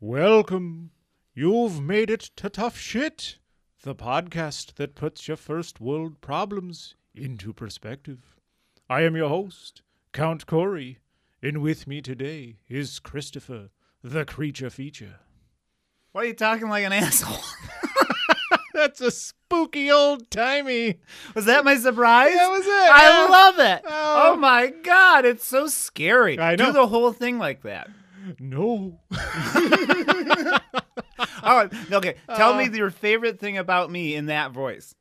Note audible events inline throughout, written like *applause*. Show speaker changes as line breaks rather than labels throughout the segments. Welcome. You've made it to Tough Shit, the podcast that puts your first world problems into perspective. I am your host, Count Corey, and with me today is Christopher, the creature feature.
Why are you talking like an *laughs* asshole?
That's a spooky old timey.
was that my surprise?
That was it,
I
yeah.
love it.
Oh.
Oh. my god, it's so scary.
I know.
Do the whole thing like that.
No.
All right. Okay. Tell
Uh.
me your favorite thing about me in that voice.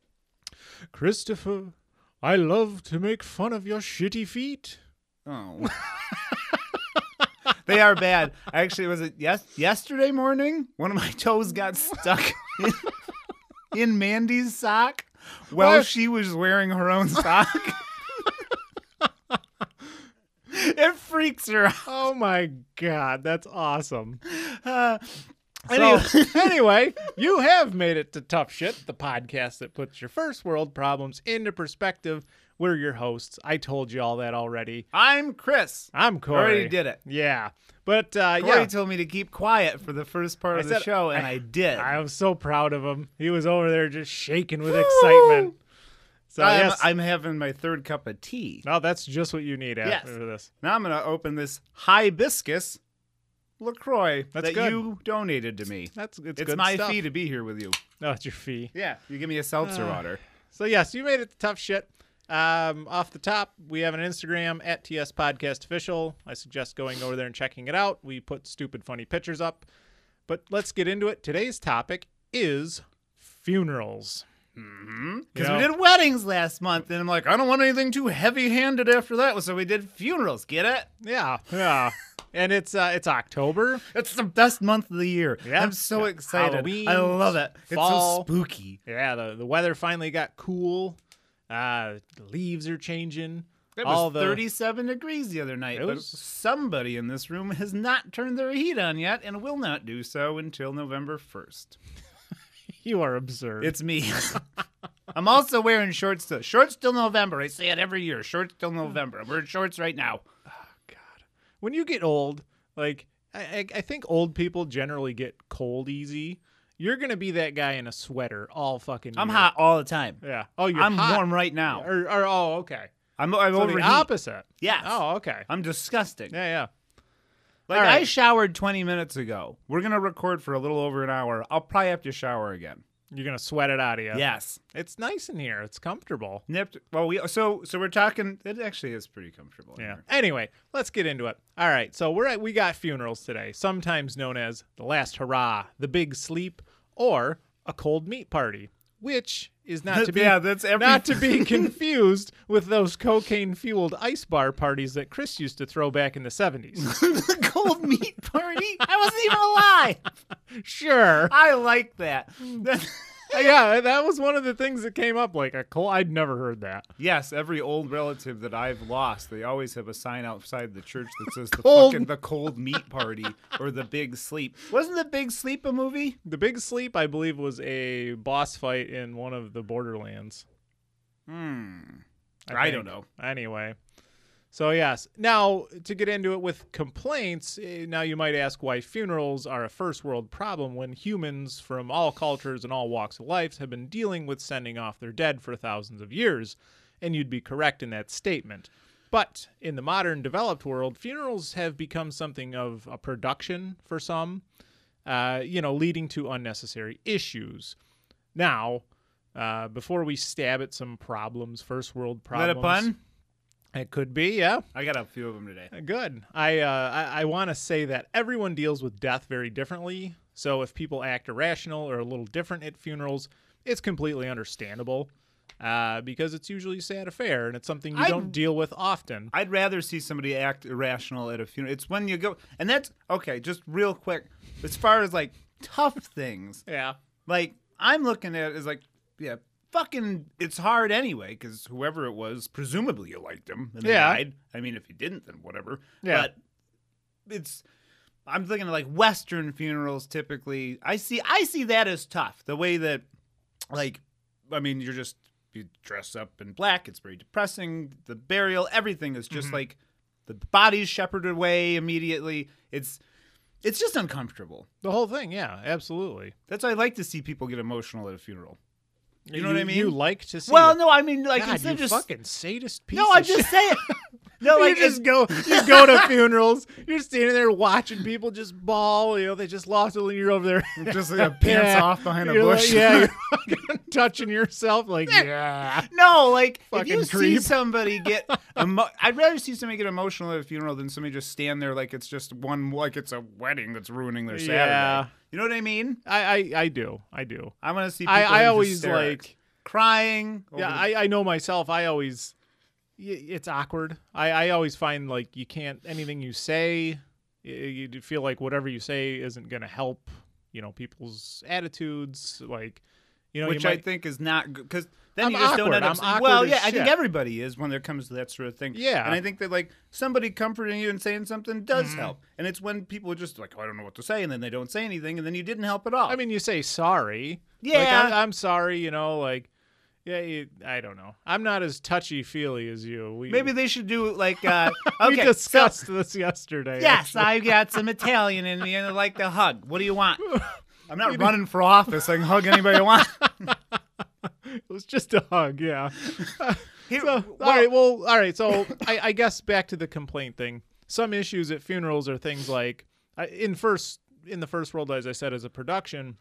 Christopher, I love to make fun of your shitty feet.
Oh. they are bad. Actually, was it yes yesterday morning? One of my toes got stuck in, in Mandy's sock while
What?
she was wearing her own sock.
*laughs*
it freaks her out.
Oh my god, that's awesome.
Uh,
So,
anyway- *laughs*
anyway, you have made it to Tough Shit, the podcast that puts your first world problems into perspective. We're your hosts. I told you all that already.
I'm Chris.
I'm Corey.
Already did it.
Yeah, but uh,
Corey
yeah,
told me to keep quiet for the first part
I
of the
said-
show, and I, did.
I
I,
was so proud of him. He was over there just shaking with excitement. So
am
yes,
I'm having my third cup of tea.
no, that's just what you need
Yes.
after this.
Now I'm going to open this hibiscus LaCroix
That's
that
good.
you donated to me.
That's it's,
It's,
good
my
stuff. Uh,
fee to be here with you.
No, it's your fee.
Yeah. You give me a seltzer water.
So yes, you made it to tough shit. Um, off the top, we have an Instagram at TS Podcast Official. I suggest going over there and checking it out. We put stupid funny pictures up. But let's get into it. Today's topic is funerals.
Because
Yeah.
Mm-hmm. we did weddings last month, and I'm like, I don't want anything too heavy handed after that. So we did funerals. Get it?
Yeah, yeah. *laughs* and it's uh, it's October.
It's the best month of the year.
Yeah.
I'm so
Yeah.
excited.
Halloween,
I love it.
fall.
It's so spooky.
Yeah, the, the weather finally got cool. Uh, the leaves are changing.
It
All
was
the-
37 degrees the other night,
It
but
was-
somebody in this room has not turned their heat on yet and will not do so until November 1st.
*laughs* You are absurd.
It's
*laughs*
me. I'm also wearing shorts till shorts till November. I say it every year. Shorts till November. I'm wearing shorts right now.
when you get old, like I, I, I think old people generally get cold easy. You're gonna be that guy in a sweater all fucking.
I'm
year.
hot all the time.
Yeah. Oh, you're
I'm
hot.
warm right now.
Or, or oh, okay.
I'm I'm
So
overheat.
the opposite.
Yes.
Oh, okay.
I'm disgusting.
Yeah, yeah.
Like
all right.
I showered 20 minutes ago. We're gonna record for a little over an hour. I'll probably have to shower again.
You're gonna sweat it out of you.
Yes.
It's nice in here. It's comfortable.
Nipped. Well, we so so we're talking. It actually is pretty comfortable. in
Yeah.
here.
Anyway, let's get into it. All right. So we're at, we got funerals today, sometimes known as the last hurrah, the big sleep, or a cold meat party, which is
*laughs*
not to be
Yeah, that's every-
not to
*laughs*
be *laughs* confused with those cocaine fueled ice bar parties that Chris used to throw back in the seventies.
*laughs* the cold meat party. I wasn't even alive.
sure.
I like that.
Hmm.
That- *laughs*
yeah, that was one of the things that came up. Like a cold. I'd never heard that.
yes, every old relative that I've lost, they always have a sign outside the church that says the
Cold-
fucking the cold meat party or the big sleep. Wasn't the big sleep a movie?
The big sleep, I believe, was a boss fight in one of the Borderlands.
Hmm.
I
I
think.
don't know.
Anyway, so yes. Now to get into it with complaints. eh, Now you might ask why funerals are a first world problem when humans from all cultures and all walks of life have been dealing with sending off their dead for thousands of years, and you'd be correct in that statement. But in the modern developed world, funerals have become something of a production for some, uh, you know, leading to unnecessary issues. Now, uh, before we stab at some problems, first world
Is that
problems.
a pun?
It could be, yeah.
I got a few of them today.
Good. I uh, I, I want to say that everyone deals with death very differently. So if people act irrational or a little different at funerals, it's completely understandable uh, because it's usually a sad affair and it's something you
I-
don't deal with often.
I'd rather see somebody act irrational at a funeral. It's when you go, and that's okay. Just real quick, as far as like tough things,
yeah.
like I'm looking at it as like, yeah, fucking, it's hard anyway because whoever it was, presumably you liked him and they
Yeah.
died. I mean, if you didn't, then whatever.
Yeah.
But it's, I'm thinking of like Western funerals typically. I see, I see that as tough. The way that, like, I mean, you're just you dress up in black. It's very depressing. The
Mm-hmm.
burial, everything is just like the body's shepherded away immediately. It's It's just uncomfortable.
The whole thing, yeah, absolutely.
That's why I like to see people get emotional at a funeral. You know what I mean?
You like to see.
Well,
it.
no, I mean like
God,
instead
you
of just
fucking sadist piece.
no,
of *laughs*
I'm just saying. No,
You
like
just *laughs*
it-
go, you go to funerals. You're standing there watching people just bawl. You know, they just lost it. and You're over there, *laughs*
just like a *laughs*
Yeah. You're like- yeah, *laughs* you're fucking touching yourself. Like, yeah,
No, like if
Fucking
you see
creep.
somebody
*laughs*
get, emo- I'd rather see somebody get emotional at a funeral than somebody just stand there like it's just one, like it's a wedding that's ruining their Saturday.
Yeah.
You know what I mean?
I, I, I do, I do.
I want to see. People
I, I
in
always
hysterics.
like,
crying. over
yeah,
the-
I, I know myself. I always, y- it's awkward. I, I always find like you can't anything you say. y- You do feel like whatever you say isn't gonna help. You know, people's attitudes. Like, you know, you
which I
might,
think is not good because then
I'm
you just don't
awkward.
end up.
I'm awkward
well,
as
yeah, I think
shit.
everybody is when it comes to that sort of thing.
Yeah. Mm-hmm.
and I think that like somebody comforting you and saying something does help, and it's when people are just like, oh, I don't know what to say, and then they don't say anything, and then you didn't help at all.
I mean, you say sorry. Like,
Yeah.
I'm, I'm sorry, you know, like, yeah, you, I don't know. I'm not as touchy feely as you. We,
*laughs* maybe they should do like uh,
*laughs* we
okay, so-
discussed this yesterday.
Yes,
actually.
I've got some Italian in me and I like to hug. What do
*laughs*
you want? I'm not running for office. I can hug anybody I want.
it was just a hug. Yeah.
Here-
So, uh, all right. Well, all right. So I, I guess back to the complaint thing. Some issues at funerals are things like I- in first in the first world, as I said, as a production,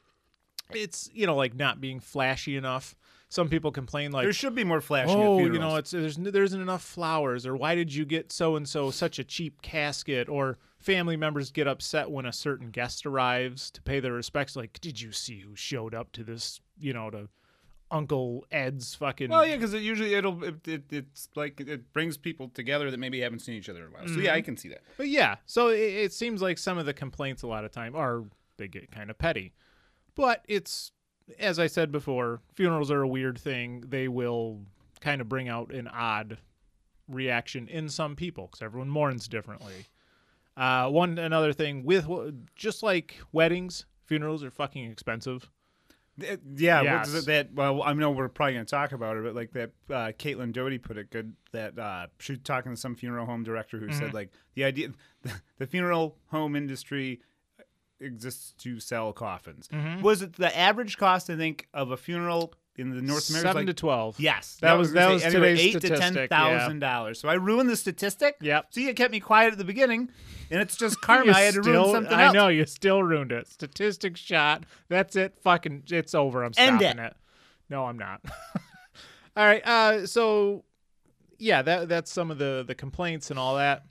it's you know like not being flashy enough. Some people complain like
there should be more flashing.
Oh,
at
you know,
funerals.
it's there's n- there isn't enough flowers, or why did you get so and so such a cheap casket, or family members get upset when a certain guest arrives to pay their respects. Like, did you see who showed up to this? You know, to Uncle Ed's fucking.
Well, yeah, because it usually it'll it, it, it's like it brings people together that maybe haven't seen each other in a while. So yeah, I can see that.
But yeah, so it, it seems like some of the complaints a lot of time are they get kind of petty, but it's as I said before, funerals are a weird thing. They will kind of bring out an odd reaction in some people because everyone mourns differently. Uh, one another thing with just like weddings, funerals are fucking expensive.
Th- uh, yeah, what's
Yes.
it- that. Well, I know we're probably gonna talk about it, but like that, uh, Caitlin Doty put it good. That uh, she was talking to some funeral home director who said like the idea, the funeral home industry exists to sell coffins. Was it the average cost? I think of a funeral in the North America
Seven
like,
to twelve.
Yes,
That was-
I gonna
that
say.
was
anyway,
today's
eight to ten
statistic, yeah.
thousand dollars. So I ruined the statistic.
Yep.
See, it kept me quiet at the beginning, and
*laughs*
it's just
You
karma. I had to ruin
still-
something
I
else.
know you still ruined it. Statistics shot. That's it. Fucking, it's over. I'm
End
stopping it. No, I'm not. *laughs* all right. Uh, so yeah, that that's some of the the complaints and all that.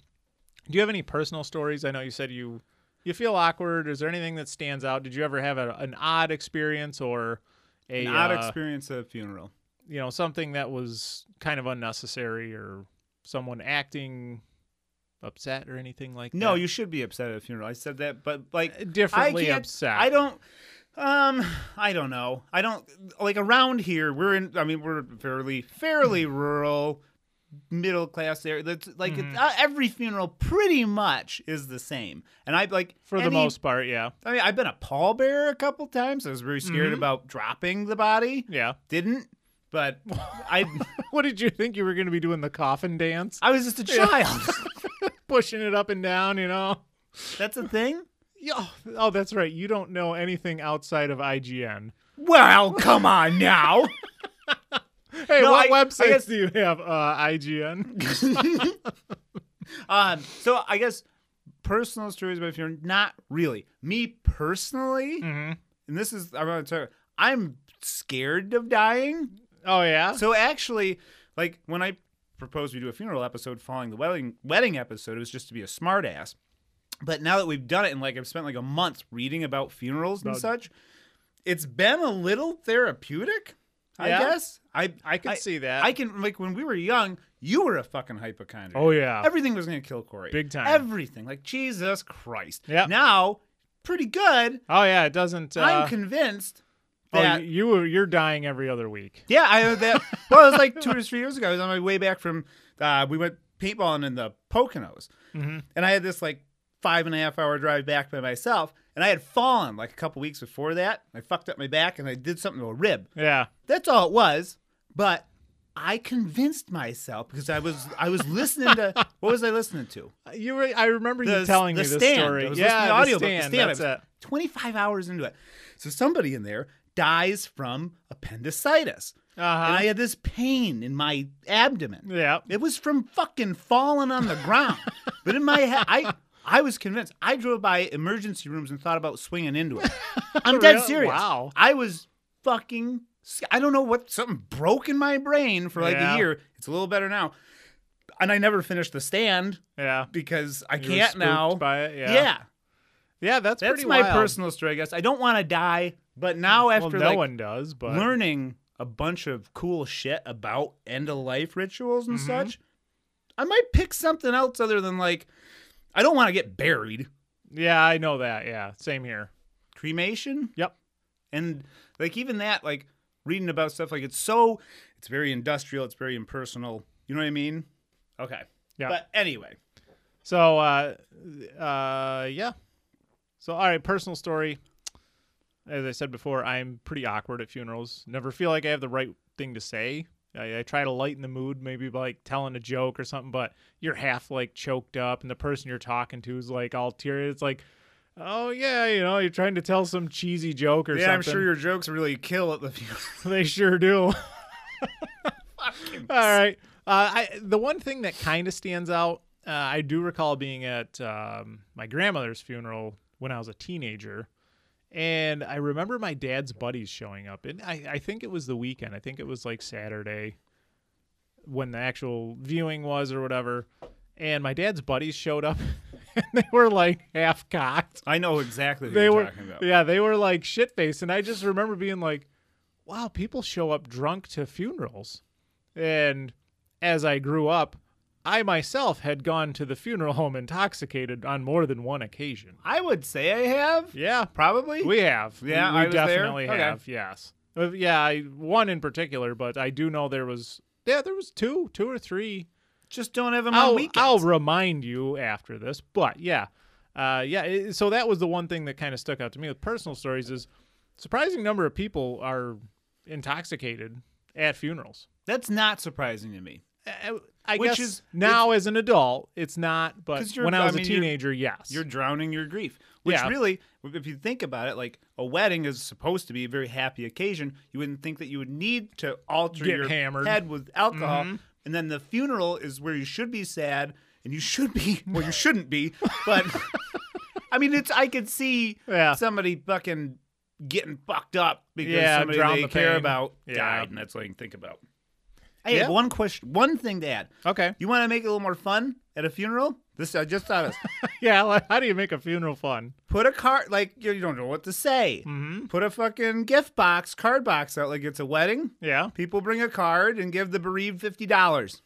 Do you have any personal stories? I know you said you you feel awkward. Is there anything that stands out? Did you ever have a, an odd experience or a
An odd
uh,
experience at a funeral.
you know something that was kind of unnecessary or someone acting upset or anything like
No,
that?
you should be upset at a funeral. I said that, but like
differently
I can't,
Uh, upset.
I don't. Um, I don't know. I don't like around here. We're in. I mean, we're fairly fairly
Hmm.
rural, middle class area. That's like it- uh, every funeral pretty much is the same. And I like
for the
any-
most part. Yeah,
I mean, I've been a pallbearer a couple times. I was very scared about dropping the body.
yeah.
Didn't, but I.
What did you think you were going to be doing the coffin dance,
I was just *laughs* a child.
pushing it up and down? You know.
That's a thing.
Yeah. Oh, that's right. You don't know anything outside of IGN.
Well, come on now.
Hey,
No,
what
I- I
websites
guess-
do you have? Uh, IGN.
*laughs* Um, so I guess personal stories about fear, not really. Me personally,
Mm-hmm.
and this is I'm gonna tell you, I'm scared of dying.
Oh yeah.
*laughs* So actually, like when I proposed we do a funeral episode following the wedding wedding episode, it was just to be a smart ass. But now that we've done it and like I've spent like a month reading about funerals and
About-
such, it's been a little therapeutic, I
Yeah.
guess. I
I can see that.
I can like when we were young, you were a fucking hypochondriac.
oh yeah.
Everything was gonna kill Corey.
Big time.
Everything. Like Jesus Christ.
Yep.
Now, pretty good.
oh yeah. It doesn't. Uh,
I'm convinced
oh,
that.
you- you were- you're dying every other week.
yeah, I heard that. well, it was like two or three years ago. I was on my way back from. Uh, we went paintballing in the Poconos, and I had this like five and a half hour drive back by myself. And I had fallen like a couple weeks before that. I fucked up my back and I did something to a rib.
Yeah.
That's all it was. But I convinced myself because I was I was listening to what was I listening to?
You were, I remember you
The-
telling
the
me this
stand.
story.
I was
yeah,
listening
the
to the audiobook,
stand.
the stand.
That's
I was
it.
25 hours into it. So somebody in there dies from appendicitis. And
Uh
I
huh.
had this pain in my abdomen.
Yeah.
It was from fucking falling on the
*laughs*
ground. but in my head, I I was convinced. I drove by emergency rooms and thought about swinging
*laughs*
into it. I'm dead
Really?
serious.
Wow.
I was fucking. sc- I don't know what something broke in my brain for like
Yeah.
a year. It's a little better now. And I never finished the stand
Yeah.
because I
You were
can't
spooked
now.
By it. Yeah.
yeah.
Yeah, that's,
that's
pretty
my
wild.
personal story, I guess. I don't want to die, but now
Well,
after
no
like
one does, but
learning a bunch of cool shit about end of life rituals and
Mhm.
such, I might pick something else other than like I don't want to get buried.
yeah, I know that. Yeah, same here.
Cremation?
Yep.
And like even that, like reading about stuff like it's so it's very industrial, it's very impersonal. You know what I mean? Okay.
Yeah.
But anyway.
So, uh, uh, yeah. So, all right, personal story. As I said before, I'm pretty awkward at funerals. Never feel like I have the right thing to say. I, I try to lighten the mood, maybe by, like telling a joke or something, but you're half like choked up, and the person you're talking to is like all teary. It's like, oh yeah, you know, you're trying to tell some cheesy joke or
Yeah,
something.
I'm sure your jokes really kill at the *laughs* funeral.
*laughs* they sure do. *laughs* All right. Uh, I the one thing that kind of stands out, uh, I do recall being at um, my grandmother's funeral when I was a teenager, and I remember my dad's buddies showing up, and I, I think it was the weekend. I think it was like Saturday when the actual viewing was or whatever, and my dad's buddies showed up, *laughs* and they were like half cocked
I know exactly what
they
you're
were
talking about.
yeah they were like shit faced and i just remember being like wow people show up drunk to funerals and as i grew up i myself had gone to the funeral home intoxicated on more than one occasion
I would say I have.
yeah
Probably.
we have We-
Yeah,
we,
I was there?
definitely
Okay.
have yes Uh, yeah I, one in particular but i do know there was yeah there was two two or three
just don't have them on
I'll,
weekends.
I'll remind you after this, but yeah, uh, yeah. it- so that was the one thing that kind of stuck out to me with personal stories is surprising number of people are intoxicated at funerals.
That's not surprising to me.
I, I
Which
guess
is-
now as an adult, it's not, but
'Cause you're-
when I
I
was
mean,
a
you're-
teenager, yes,
You're *laughs* drowning your grief. Which
Yeah.
really, if you think about it, like a wedding is supposed to be a very happy occasion. You wouldn't think that you would need to alter
Get
your
hammered. Mm-hmm.
head with alcohol. And then the funeral is where you should be sad and you should be *laughs* well you shouldn't be, but *laughs* I mean it's I could see
Yeah.
somebody fucking getting fucked up because
Yeah,
somebody
drown
they
the
care
pain.
about
Yeah.
died and that's all you can think about. I have
Yeah.
one question one thing to add.
okay. *laughs*
You want to make it a little more fun at a funeral? This I just thought of.
Yeah, like, how do you make a funeral fun?
Put a card like you you don't know what to say.
Mm-hmm.
Put a fucking gift box, card box out like it's a wedding.
Yeah,
People bring a card and give the bereaved fifty dollars.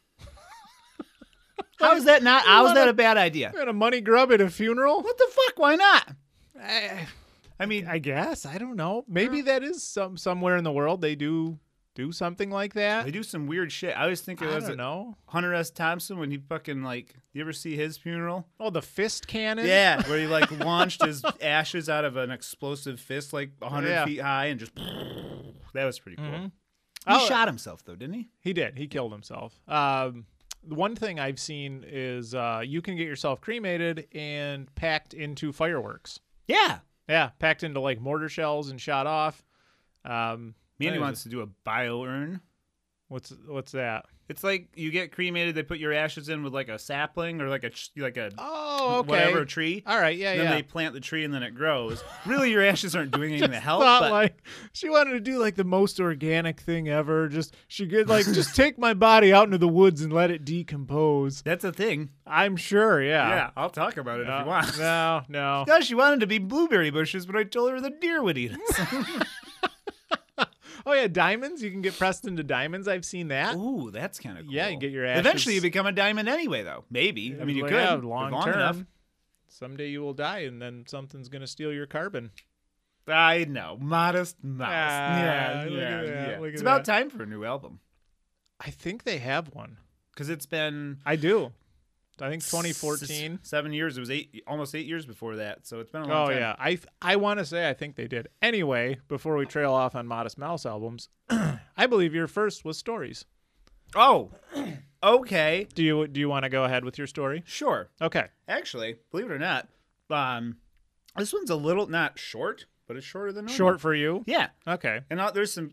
*laughs* how is that not? How is that a bad idea?
you got a money grub at a funeral.
What the fuck? Why not?
I,
I mean,
I guess I don't know. Maybe that is some somewhere in the world they do do something like that.
they do some weird shit. I always think it
I
was
don't know.
Hunter S. Thompson when he fucking like. You ever see his funeral?
*laughs* Oh, the fist cannon.
Yeah, where he like launched his ashes out of an explosive fist like hundred
Yeah.
feet high and just. That was pretty cool.
Mhm.
He
Oh,
shot himself though, didn't he?
He did. He killed himself. Um, the one thing I've seen is uh, you can get yourself cremated and packed into fireworks.
Yeah.
Yeah, packed into like mortar shells and shot off. Um,
Mandy
that is-
wants to do a bio urn.
What's what's that?
It's like you get cremated, they put your ashes in with like a sapling or like a ch- like a
Oh, okay.
whatever tree.
All right. Yeah,
then
yeah.
they plant the tree and then it grows. really, your ashes
*laughs*
aren't doing anything to help.
Thought
But
like she wanted to do like the most organic thing ever. Just she could like *laughs* just take my body out into the woods and let it decompose.
that's a thing.
I'm sure. Yeah.
yeah, I'll talk about it
No,
if you want. *laughs*
no, no.
No, she wanted to be blueberry bushes, but I told her the deer would
*laughs*
eat us.
Oh yeah, diamonds. You can get pressed into diamonds. I've seen that.
Ooh, that's kind of cool.
Yeah, you get your
Eventually, you
ashes-
become a diamond anyway, though. Maybe. I mean, you
Well,
could
yeah,
if
long,
long
term.
enough.
Someday you will die, and then something's gonna steal your carbon.
I know, modest mouse.
Ah,
yeah,
look at
yeah,
that,
yeah.
look at
It's about
that.
time for a new album
I think they have one.
because it's been
I do. I think 2014.
s- seven years. It was eight, almost eight years before that. So it's been a long
Oh
time.
yeah, I I want to say I think they did. *clears throat* Anyway, before we trail off on Modest Mouse albums, I believe your first was Stories.
Oh, *clears throat* okay,
Do you do you want to go ahead with your story?
sure.
Okay.
Actually, believe it or not, um, this one's a little not short, but it's shorter than normal.
Short for you.
Yeah,
Okay.
and uh, there's some.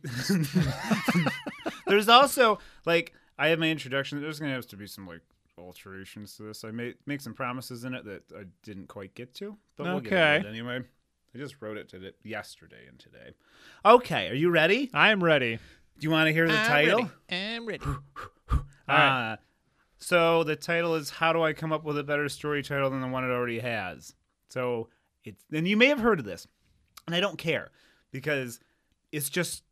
*laughs* there's also like I have my introduction. There's gonna have to be some like alterations to this. I made make some promises in it that I didn't quite get to, but we'll get
Okay.
to it anyway. I just wrote it to it yesterday and today. Okay, are you ready?
I am ready.
Do you want to hear the title?
I'm ready.
All right. Uh, so the title is How Do I Come Up with a Better Story Title Than the One It Already Has? So it's, and you may have heard of this, and I don't care because it's just,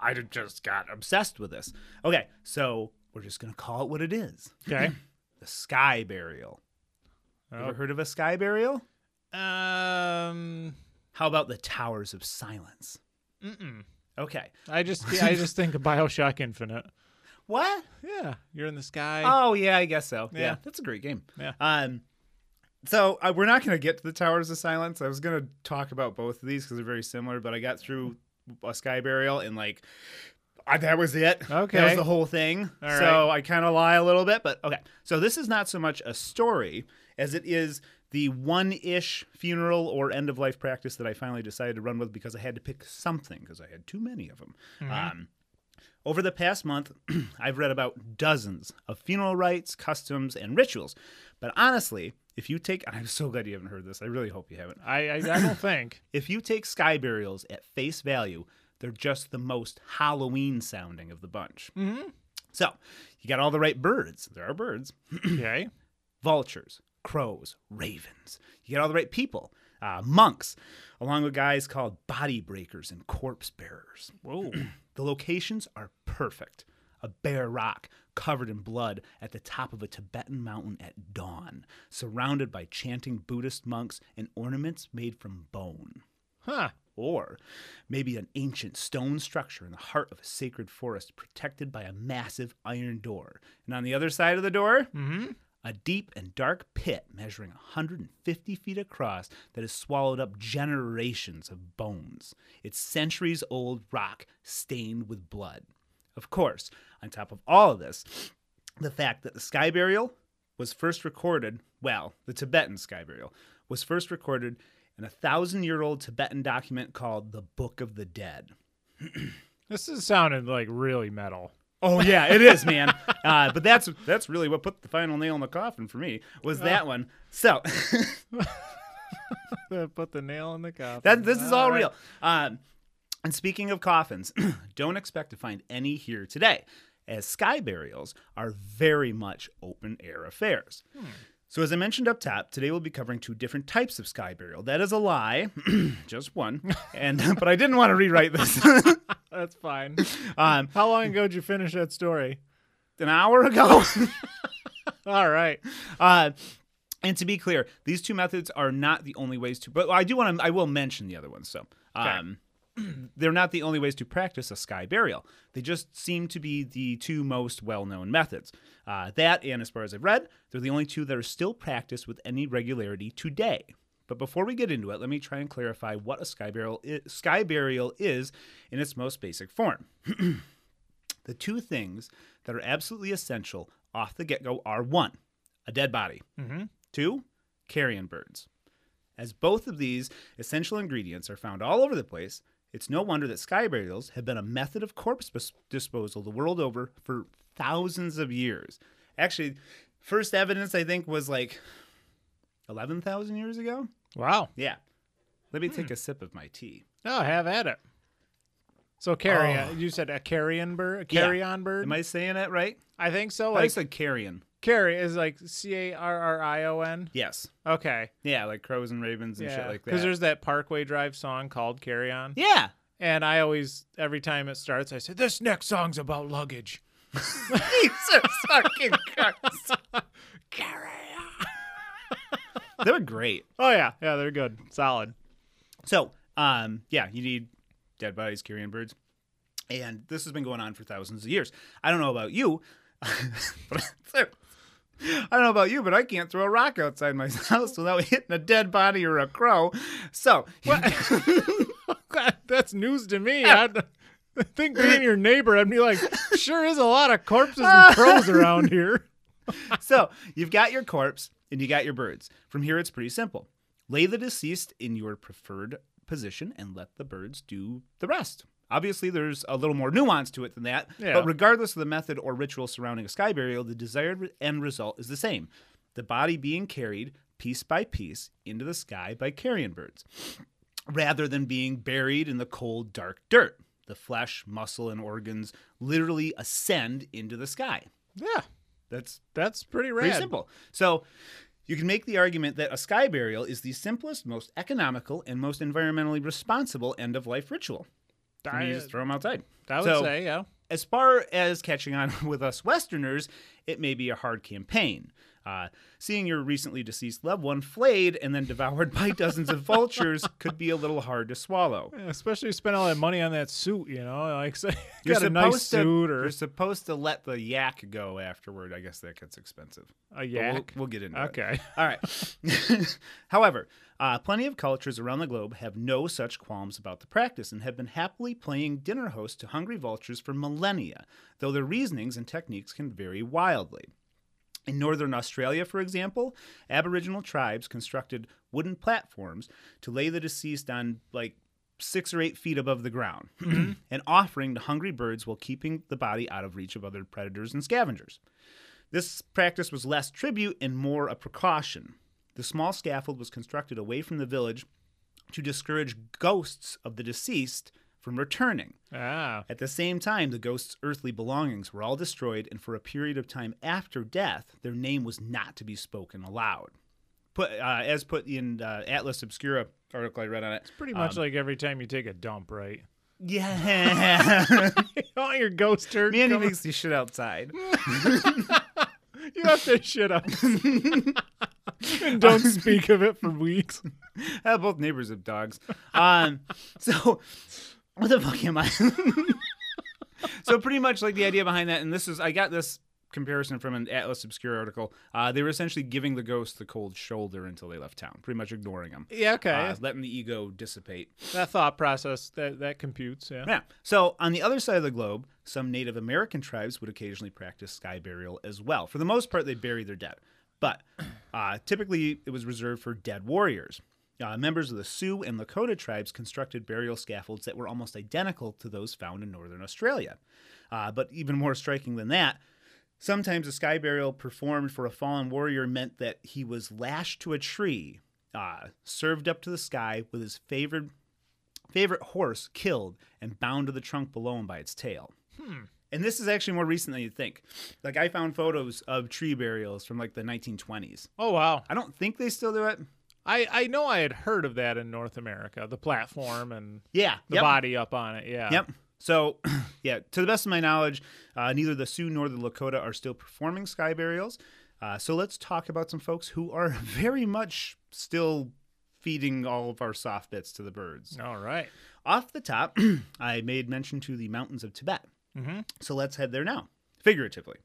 I just got obsessed with this. Okay, so we're just going to call it what it is
Okay.
*clears throat* the sky burial. You
Oh.
Ever heard of a sky burial?
Um.
How about the Towers of Silence?
Mm-mm.
Okay.
I *laughs* just I just think of Bioshock Infinite.
What?
Yeah, you're in the sky.
Oh yeah, I guess so. Yeah,
Yeah.
that's a great game.
Yeah.
Um, so uh, we're not going to get to the Towers of Silence. I was going to talk about both of these because they're very similar, but I got through a Sky Burial and like I, that was it. that
Okay.
was the whole thing.
All
so I kind of lie a little bit, but okay. So this is not so much a story as it is the one-ish funeral or end-of-life practice that I finally decided to run with because I had to pick something because I had too many of them. Um, over the past month, *clears throat* I've read about dozens of funeral rites, customs, and rituals. But honestly, if you take, *laughs* I'm so glad you haven't heard this. I really hope you haven't.
I, I I don't think.
If you take sky burials at face value, they're just the most Halloween sounding of the bunch.
Mhm.
So you got all the right birds. There are birds
Okay.
vultures, crows, ravens. You get all the right people. Uh, monks, along with guys called body breakers and corpse bearers.
*clears throat* Whoa.
The locations are perfect. A bare rock covered in blood at the top of a Tibetan mountain at dawn, surrounded by chanting Buddhist monks and ornaments made from bone.
Huh.
Or maybe an ancient stone structure in the heart of a sacred forest protected by a massive iron door. And on the other side of the door,
Mm-hmm.
a deep and dark pit measuring 150 feet across that has swallowed up generations of bones. It's centuries old rock stained with blood. Of course, on top of all of this, the fact that the sky burial was first recorded, well, the Tibetan sky burial was first recorded in a thousand year old Tibetan document called the Book of the Dead.
This is sounding like really metal.
Oh yeah, it is, man. *laughs* Uh, but that's that's really what put the final nail in the coffin for me was that one. So *laughs*
Put the nail in the coffin.
that this is all real. Um, and speaking of coffins, *clears throat* don't expect to find any here today, as sky burials are very much open air affairs. So, as I mentioned up top, today we'll be covering two different types of sky burial. That is a lie, *clears throat* just one. And *laughs* but I didn't want to rewrite this. *laughs*
That's fine.
um,
How long ago did you finish that story?
an hour ago.
All right.
Uh, and to be clear, these two methods are not the only ways to. But I do want to. I will mention the other ones. So, um, *clears throat* they're not the only ways to practice a sky burial. They just seem to be the two most well-known methods. Uh, that, and as far as I've read, they're the only two that are still practiced with any regularity today. But before we get into it, let me try and clarify what a sky burial i- sky burial is in its most basic form. *clears throat* The two things that are absolutely essential off the get go are one, a dead body,
Mhm.
two, carrion birds. As both of these essential ingredients are found all over the place, it's no wonder that sky burials have been a method of corpse dis- disposal the world over for thousands of years. Actually, first evidence I think was like 11,000 years ago.
Wow.
Yeah. Let me take a sip of my tea.
Oh, have at it. So carry
Oh.
you said a carrion bird, a
Yeah.
carrion bird.
Am I saying it right?
I think so.
I
Like
said carrion.
carry is like C A R R I O N.
Yes.
Okay.
Yeah, like crows and ravens and shit like that.
Because there's that Parkway Drive song called Carry On.
yeah.
And I always, every time it starts, I say, This next song's about luggage.
*laughs* Jesus fucking Christ.
Carry On.
they were great.
Oh, yeah. Yeah, they're good. Solid. *laughs*
So, um, yeah, you need dead bodies, carrion birds. And this has been going on for thousands of years. I don't know about you, *laughs* but I don't know about you, but I can't throw a rock outside my *laughs* house without hitting a dead body or a crow. So, *laughs*
*laughs* That's news to me. I think being your neighbor, I'd be like, sure is a lot of corpses *laughs* and crows around here.
so you've got your corpse and you got your birds. From here, it's pretty simple. Lay the deceased in your preferred position and let the birds do the rest. Obviously, there's a little more nuance to it than that,
Yeah.
but regardless of the method or ritual surrounding a sky burial, the desired re- end result is the same the body being carried piece by piece into the sky by carrion birds rather than being buried in the cold, dark dirt. The flesh, muscle, and organs literally ascend into the sky.
Yeah,
That's
that's pretty rad.
Pretty simple. So you can make the argument that a sky burial is the simplest, most economical, and most environmentally responsible end of life ritual. I mean,
I,
you just throw them outside.
I would
So,
say, yeah.
As far as catching on *laughs* with us Westerners, it may be a hard campaign. Uh, seeing your recently deceased loved one flayed and then
*laughs*
devoured by dozens of vultures could be a little hard to swallow.
Yeah, Especially spend all that money on that suit, you know, like *laughs* say, got a nice
to,
suit or
you're supposed to let the yak go afterward. I guess that gets expensive.
a
But we'll-
yak.
We'll, get into it.
okay.
All right. *laughs* However, uh, plenty of cultures around the globe have no such qualms about the practice and have been happily playing dinner host to hungry vultures for millennia, though their reasonings and techniques can vary wildly. In northern Australia, for example, Aboriginal tribes constructed wooden platforms to lay the deceased on like six or eight feet above the ground, *clears throat* an offering to hungry birds while keeping the body out of reach of other predators and scavengers. This practice was less tribute and more a precaution. The small scaffold was constructed away from the village to discourage ghosts of the deceased from returning.
*laughs* Ah,
At the same time, the ghost's earthly belongings were all destroyed, and for a period of time after death, their name was not to be spoken aloud. Put, uh, as put in uh, Atlas Obscura article I read on it.
pretty much like every time you take a dump, right? *laughs*
Yeah, *laughs*
Oh, your ghost turd.
man, he
coming-
makes this shit outside.
you have to shut *laughs* up. and don't speak of it for weeks.
Uh, both neighbors *laughs* have dogs. Um, so what the fuck am I? *laughs* so pretty much like the idea behind that, and this is I got this comparison from an Atlas Obscure article. Uh, they were essentially giving the ghost the cold shoulder until they left town, pretty much ignoring them,
Yeah, okay.
uh, letting the ego dissipate.
that thought process that that computes, yeah.
Yeah. So on the other side of the globe, some Native American tribes would occasionally practice sky burial as well. For the most part, they bury their dead, but uh, typically it was reserved for dead warriors. Uh, members of the Sioux and Lakota tribes constructed burial scaffolds that were almost identical to those found in northern Australia. Uh, but even more striking than that, Sometimes a sky burial performed for a fallen warrior meant that he was lashed to a tree, uh, served up to the sky with his favored favorite horse killed and bound to the trunk below him by its tail. And this is actually more recent than you'd think. Like I found photos of tree burials from like the 1920s.
Oh wow.
I don't think they still do it.
I I know I had heard of that in North America, the platform and
Yeah,
the
yep.
body up on it. Yeah.
Yep. So, *clears throat* yeah, to the best of my knowledge, uh, neither the Sioux nor the Lakota are still performing sky burials. Uh, so let's talk about some folks who are *laughs* very much still feeding all of our soft bits to the birds.
All right.
Off the top, *clears throat* I made mention to the mountains of Tibet.
Mm-hmm.
So let's head there now, figuratively,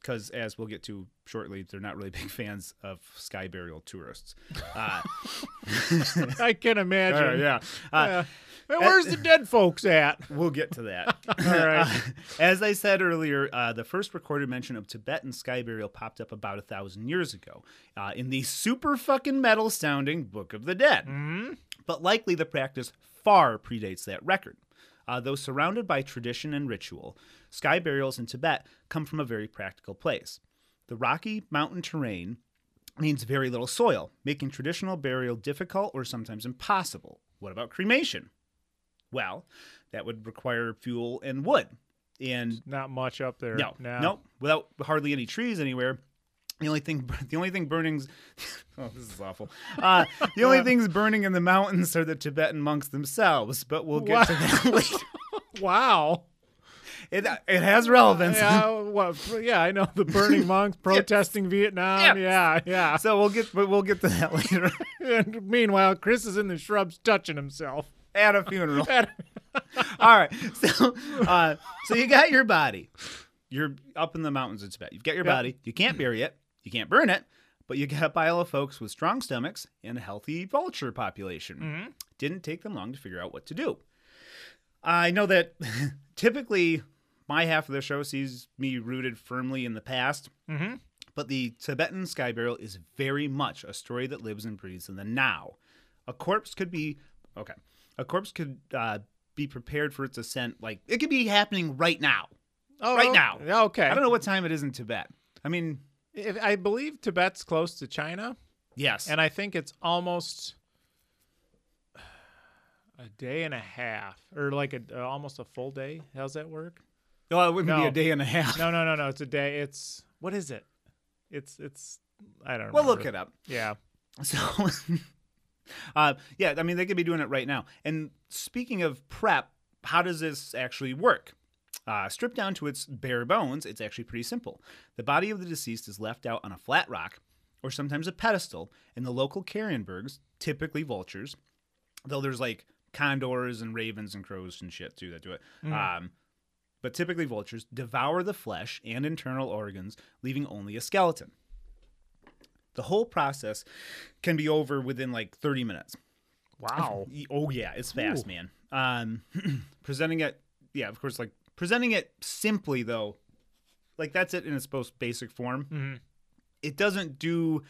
because as we'll get to shortly, they're not really *laughs* big fans of sky burial tourists. Uh,
I *laughs* can imagine.
all right, yeah. Uh,
Yeah. Hey, where's the dead folks at?
We'll get to that.
right.
Uh, as I said earlier, uh, the first recorded mention of Tibetan sky burial popped up about a thousand years ago uh, in the super fucking metal sounding Book of the Dead. But likely the practice far predates that record. Uh, though surrounded by tradition and ritual, sky burials in Tibet come from a very practical place. The rocky mountain terrain means very little soil, making traditional burial difficult or sometimes impossible. What about cremation? Well, that would require fuel and wood. And
Not much up there.
no, no, without hardly any trees anywhere. The only thing, the only thing burning's, *laughs* oh, this is awful. Uh, the only things burning in the mountains are the Tibetan monks themselves. But we'll get to that *laughs* later.
Wow.
It, it has relevance. *laughs*
Yeah, what, yeah, I know the *laughs* burning monks protesting Vietnam. Yeah, yeah.
So we'll get, but we'll get to that *laughs* later
*laughs* And meanwhile, Chris is in the shrubs touching himself.
at a funeral.
*laughs* At-
All right. So, uh, so you got your body. You're up in the mountains in Tibet. You've got your
Yep.
body. You can't bury it. You can't burn it. But you got a pile of folks with strong stomachs and a healthy vulture population.
Mm-hmm.
Didn't take them long to figure out what to do. I know that *laughs* typically my half of the show sees me rooted firmly in the past,
Mm-hmm.
but the Tibetan sky burial is very much a story that lives and breathes in the now. A corpse could be okay. A corpse could uh, be prepared for its ascent. Like it could be happening right now.
Oh,
Right now.
Okay.
I don't know what time it is in Tibet. I mean,
If, I believe Tibet's close to China,
yes,
and I think it's almost a day and a half, or like a uh, almost a full day. How's that work?
well, it wouldn't be
No.
a day and a half.
No, no, no, no. It's a day. It's what is it? It's it's. I don't.
We'll look
remember.
it up.
Yeah.
So, *laughs* uh, yeah, I mean, they could be doing it right now. And speaking of prep, how does this actually work? Uh, stripped down to its bare bones, it's actually pretty simple. The body of the deceased is left out on a flat rock, or sometimes a pedestal, and the local carrion birds, typically vultures, though there's like condors and ravens and crows and shit too that do it. Um, but typically, vultures devour the flesh and internal organs, leaving only a skeleton. The whole process can be over within like 30 minutes.
Wow.
Y- Oh yeah, it's fast,
Ooh.
man. Um, *clears throat* presenting it, yeah, of course, like presenting it simply though, like that's it in its most basic form.
Mhm.
It doesn't do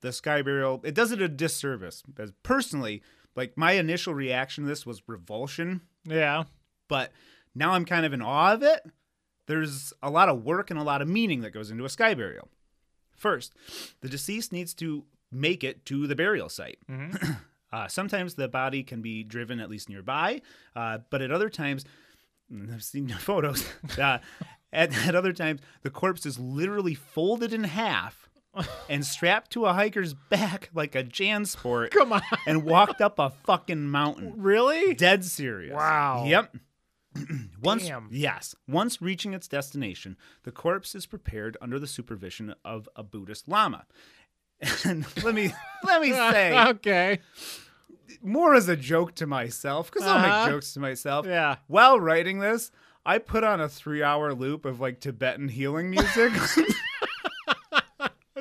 the sky burial. It does it a disservice. Because personally, like my initial reaction to this was revulsion,
*laughs* Yeah.
but now I'm kind of in awe of it. There's a lot of work and a lot of meaning that goes into a sky burial. First, the deceased needs to make it to the burial site.
hmm
*clears throat* Uh, sometimes the body can be driven at least nearby, uh, but at other times, and I've seen *laughs* photos. Uh, at, at other times, the corpse is literally folded in half and strapped to a hiker's back like a JanSport
Come *laughs* on.
and walked up a fucking mountain.
Really?
Dead serious.
Wow.
Yep. *clears throat* Once,
Damn.
yes, once reaching its destination, the corpse is prepared under the supervision of a Buddhist lama. *laughs* And let me
*laughs*
let me say,
okay.
more as a joke to myself because I'll
Uh-huh.
make jokes to myself.
Yeah.
While writing this, I put on a three-hour loop of like Tibetan
*laughs*
healing music *laughs*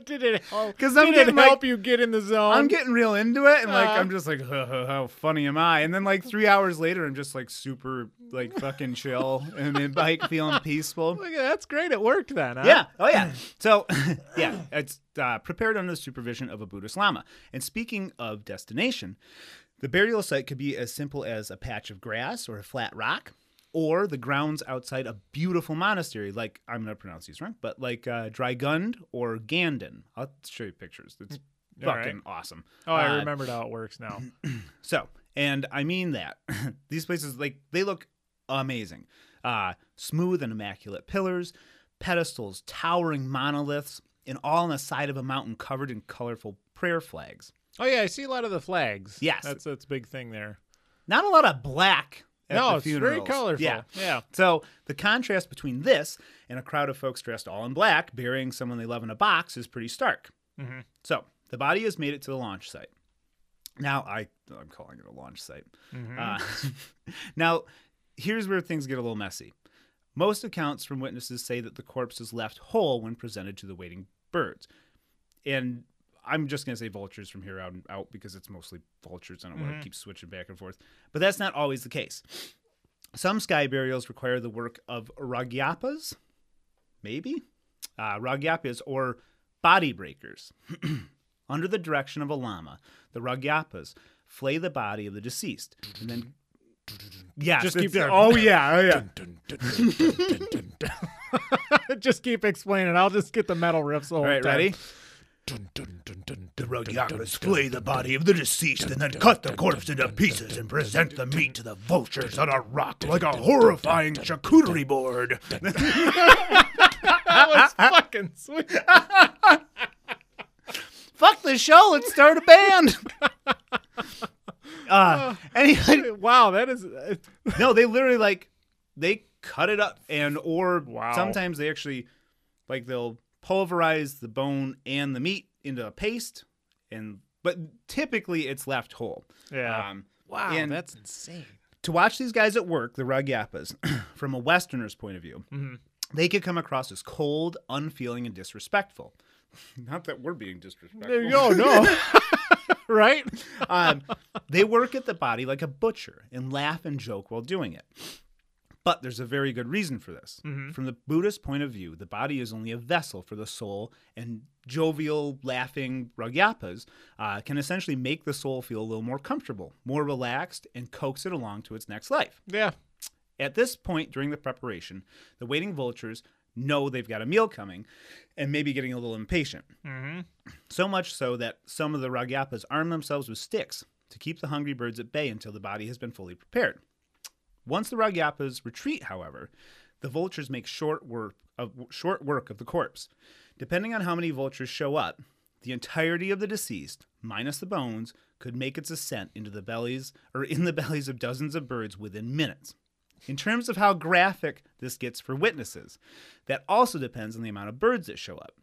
Did it help?
because I'm
Did it
getting like,
help you get in the zone?
I'm getting real into it, and like
Uh-huh.
I'm just like, *laughs* "Huh, huh, how funny am I? And then like three hours later, I'm just like super like fucking chill and in bike feeling
*laughs*
peaceful.
Look at that's great. It worked then. Huh?
Yeah. Oh, yeah. So, *laughs* yeah, it's uh, prepared under the supervision of a Buddhist Lama. And speaking of destination, the burial site could be as simple as a patch of grass or a flat rock, or the grounds outside a beautiful monastery, like I'm going to pronounce these wrong, but like uh, Drygund or Ganden. I'll show you pictures. It's
All right.
fucking awesome.
Oh, I
Uh,
remembered how it works now.
so, and I mean that. *laughs* These places, like, they look amazing. Uh, smooth and immaculate pillars, pedestals, towering monoliths, and all on the side of a mountain covered in colorful prayer flags.
Oh yeah, I see a lot of the flags.
Yes.
that's that's a big thing there.
Not a lot of black. At
no,
the
it's very
funerals.
colorful.
Yeah.
yeah.
So the contrast between this and a crowd of folks dressed all in black burying someone they love in a box is pretty stark.
Mhm.
So the body has made it to the launch site. Now I I'm calling it a launch site.
Mm-hmm.
Uh, *laughs* now here's where things get a little messy. Most accounts from witnesses say that the corpse is left whole when presented to the waiting birds, and I'm just gonna say vultures from here out and out because it's mostly vultures. I don't want to keep switching back and forth, but that's not always the case. Some sky burials require the work of ragyapas, maybe uh, ragyapas or body breakers. *clears throat* Under the direction of a lama, the ragyapas flay the body of the deceased, and then yeah,
Just keep
it's-
*laughs* going.
oh yeah, oh yeah.
just keep explaining. I'll just get the metal riffs the whole
All right,
time.
ready?
The Rogyakas flay the body of the deceased and then cut the corpse into pieces and present the meat to the vultures on a rock like a horrifying charcuterie board.
*laughs* That was fucking sweet.
Fuck the show. Let's start a band. *laughs* uh, anyway,
Wow, that is. Uh,
no, they literally like they cut it up and or
Wow.
sometimes they actually like they'll pulverize the bone and the meat into a paste and but typically it's left whole.
yeah.
Um,
wow,
and-
that's insane.
to watch these guys at work, the Ragyapas, *clears throat* from a Westerner's point of view,
Mm-hmm.
they could come across as cold, unfeeling, and disrespectful. *laughs* Not that we're being disrespectful.
There you go. No. *laughs* right.
um, they work at the body like a butcher and laugh and joke while doing it. But there's a very good reason for this.
Mhm.
From the Buddhist point of view, the body is only a vessel for the soul, and jovial, laughing ragyapas uh, can essentially make the soul feel a little more comfortable, more relaxed, and coax it along to its next life.
Yeah.
At this point during the preparation, the waiting vultures know they've got a meal coming and maybe getting a little impatient.
Mhm.
So much so that some of the Ragyapas arm themselves with sticks to keep the hungry birds at bay until the body has been fully prepared. Once the Ragyapas retreat, however, the vultures make short work of short work of the corpse. Depending on how many vultures show up, the entirety of the deceased, minus the bones, could make its ascent into the bellies or in the *laughs* bellies of dozens of birds within minutes. In terms of how graphic this gets for witnesses, that also depends on the amount of birds that show up.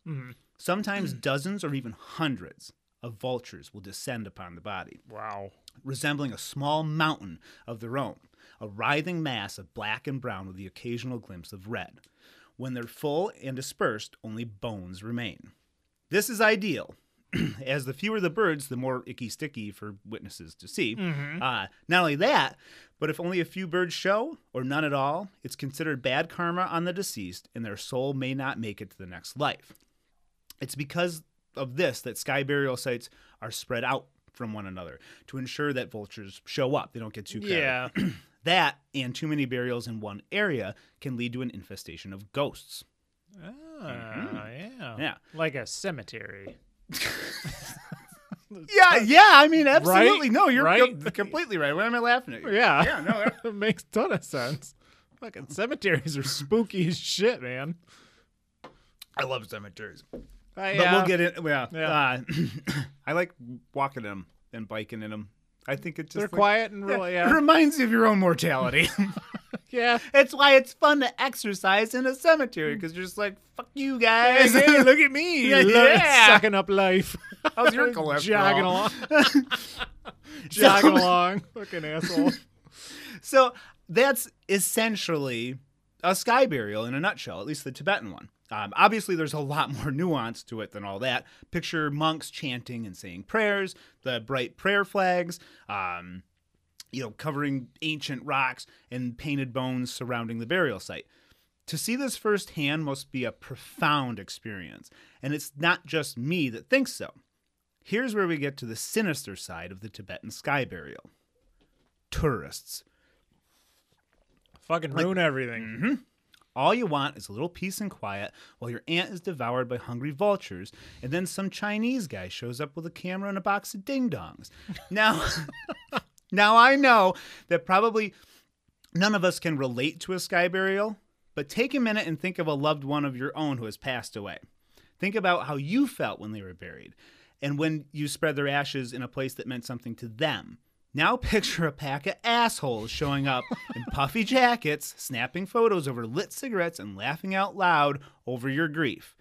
Sometimes dozens or even hundreds of vultures will descend upon the body,
Wow.
resembling a small mountain of their own, a writhing mass of black and brown with the occasional glimpse of red. When they're full and dispersed, only bones remain. This is ideal, *clears throat* as the fewer the birds, the more icky sticky for witnesses to see. Uh, not only that, but if only a few birds show, or none at all, it's considered bad karma on the deceased, and their soul may not make it to the next life. It's because of this that sky burial sites are spread out from one another to ensure that vultures show up. They don't get too crowded.
Yeah.
*clears throat* That and too many burials in one area can lead to an infestation of ghosts.
Ah, yeah.
Yeah.
Like a cemetery.
Yeah, yeah. I mean, absolutely. No, you're,
Right?
you're completely right. Why am I laughing at you?
Yeah.
Yeah, no, that-
it makes ton of sense. Fucking cemeteries are spooky as shit, man.
I love cemeteries.
I,
But
uh,
we'll get in. Yeah.
Yeah.
Uh, *clears throat* I like walking in them and biking in them. I think it just
They're
like-
quiet and really.
It
Yeah.
*laughs* reminds you of your own
*laughs*
mortality.
yeah.
it's why it's fun to exercise in a cemetery because you're just like, fuck you guys.
Hey, look at me,
*laughs* Yeah,
lo-
yeah.
sucking up life,
How's your cholesterol?
jogging
*laughs*
along, jogging along, fucking asshole.
So that's essentially a sky burial in a nutshell, at least the Tibetan one. Um, obviously, there's a lot *laughs* more nuance to it than all that. Picture monks chanting and saying prayers, the bright prayer flags, um, you know, covering ancient rocks and painted bones surrounding the burial site. To see this firsthand must be a profound experience, and it's not just me that thinks so. Here's where we get to the sinister side of the Tibetan sky burial tourists.
Fucking ruin everything.
All you want is a little peace and quiet while your aunt is devoured by hungry vultures, and then some Chinese guy shows up with a camera and a box of ding dongs. Now, *laughs* now I know that probably none of us can relate to a sky burial, but take a minute and think of a loved one of your own who has passed away. Think about how you felt when they were buried and when you spread their ashes in a place that meant something to them. Now *laughs* picture a pack of assholes showing up
*laughs*
in puffy jackets, snapping photos over lit cigarettes, and laughing out loud over your grief.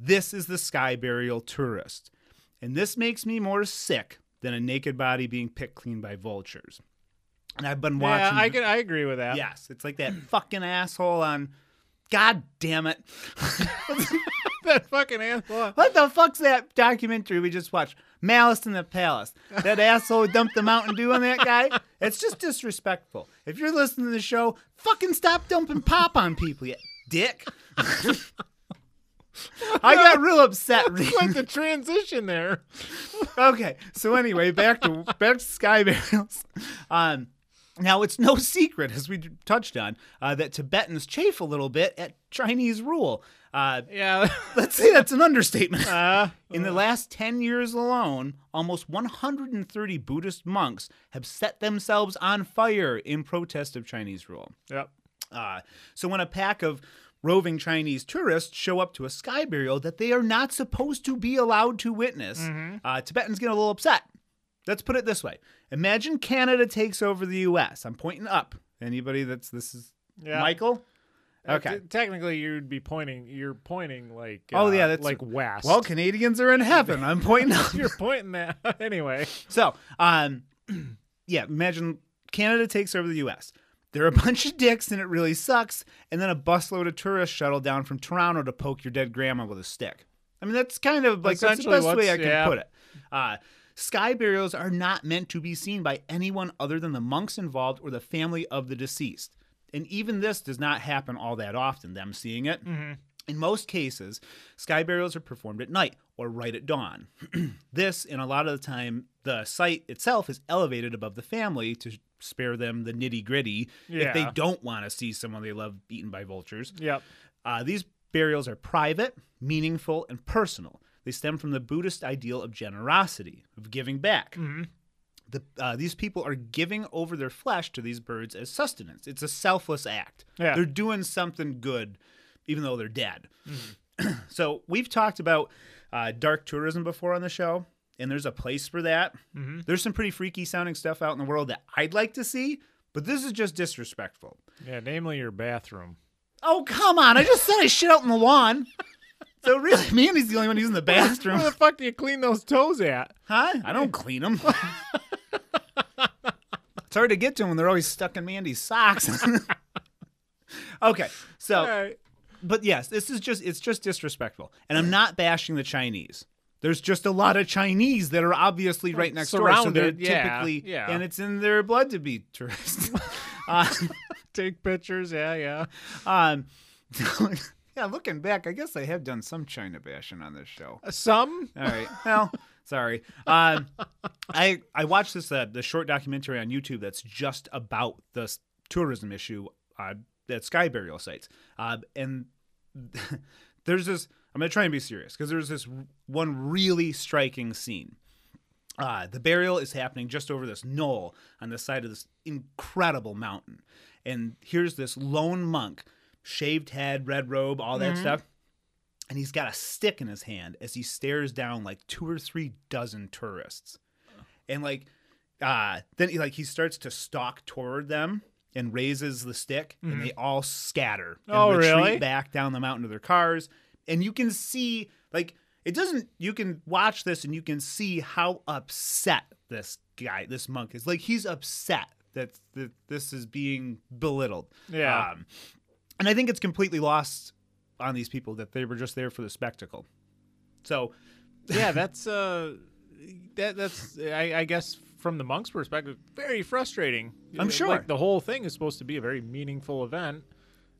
This is the sky burial tourist. And this makes me more sick than a naked body being picked clean by vultures. And I've been
Yeah,
watching
I can. I agree with that.
Yes, it's like that fucking asshole on. God damn it!
*laughs*
*laughs*
that fucking *laughs* asshole.
What the fuck's that documentary we just watched? Malice in the Palace. That asshole who dumped the Mountain Dew on that guy. It's just disrespectful. If you're listening to the show, fucking stop dumping pop on people, you dick. *laughs* I got real upset.
*laughs*
reading
Like the transition there.
okay. So anyway, back to back to sky burials. Um, now it's no secret, as we touched on, uh, that Tibetans chafe a little bit at Chinese rule. Uh, *laughs*
Yeah.
let's say that's an understatement.
Uh,
In the last 10 years alone, almost 130 Buddhist monks have set themselves on fire in protest of Chinese rule.
yep.
Uh, so when a pack of roving Chinese tourists show up to a sky burial that they are not supposed to be allowed to witness,
Mm-hmm.
uh, Tibetans get a little upset. Let's put it this way: Imagine Canada takes over the U.S. I'm pointing up. Anybody that's this is
Yeah.
Michael. Okay.
Uh, T- technically, you'd be pointing. You're pointing like.
Oh,
uh,
yeah, that's-
like west. *laughs*
well, Canadians are in heaven. I'm pointing up.
you're pointing that *laughs* anyway.
So, um, *clears throat* yeah, imagine Canada takes over the U.S. They're a *laughs* bunch of dicks, and it really sucks. And then a busload of tourists shuttle down from Toronto to poke your dead grandma with a stick. I mean, that's kind of like that's the
Essentially
best way I
what's-
can
yeah.
put it. Uh, sky burials are not meant to be seen by anyone other than the monks involved or the family of the deceased. And even this does not happen all that often, them seeing it.
Mm-hmm.
In most cases, sky burials are performed at night or right at dawn. *clears throat* this, and a lot of the time, the site itself is elevated above the family to spare them the nitty gritty if they
Yeah.
don't want to see someone they love eaten by vultures.
Yep.
Uh, these burials are private, meaningful, and personal. They stem from the Buddhist ideal of generosity, of giving back. The, uh, these people are giving over their flesh to these birds as sustenance. It's a selfless act.
Yeah.
They're doing something good, even though they're dead. *clears throat* so, we've talked about uh, dark tourism before on the show, and there's a place for that. There's some pretty freaky sounding stuff out in the world that I'd like to see, but this is just disrespectful.
Yeah, namely your bathroom.
Oh, come on. I just said I shit out in the lawn. So really, me and he's the only one using the bathroom. *laughs*
Where the fuck do you clean those toes at?
Huh? I don't clean *laughs* them. it's hard to get to them when they're always stuck in Mandy's socks. *laughs* okay, so
All right.
but yes, this is just it's just disrespectful. And I'm not bashing the Chinese. There's just a lot of Chinese that are obviously right next door, so they're
surrounded, yeah,
typically
yeah.
and it's in their blood to be *laughs* tourists. uh,
Take pictures. Yeah, yeah.
um, *laughs* yeah, looking back, I guess I have done some China bashing on this show.
Some.
All right. Well, sorry. Um, I I watched this uh, the short documentary on YouTube that's just about the s- tourism issue uh, at sky burial sites, uh, and *laughs* there's this. I'm gonna try and be serious because there's this r- one really striking scene. Uh, the burial is happening just over this knoll on the side of this incredible mountain. And here's this lone monk, shaved head, red robe, all that stuff. And he's got a stick in his hand as he stares down like two or three dozen tourists. And like, uh, then he like he starts to stalk toward them and raises the stick, and they all scatter and
Mm-hmm. Oh,
retreat
really?
back down the mountain to their cars. And you can see like it doesn't. You can watch this and you can see how upset this guy, this monk, is. Like he's upset that, that this is being belittled.
Yeah.
Um, and I think it's completely lost on these people that they were just there for the spectacle. So
yeah, that's uh, that that's I, I guess from the monk's perspective, very frustrating.
I'm
Uh,
sure.
like, the whole thing is supposed to be a very meaningful event,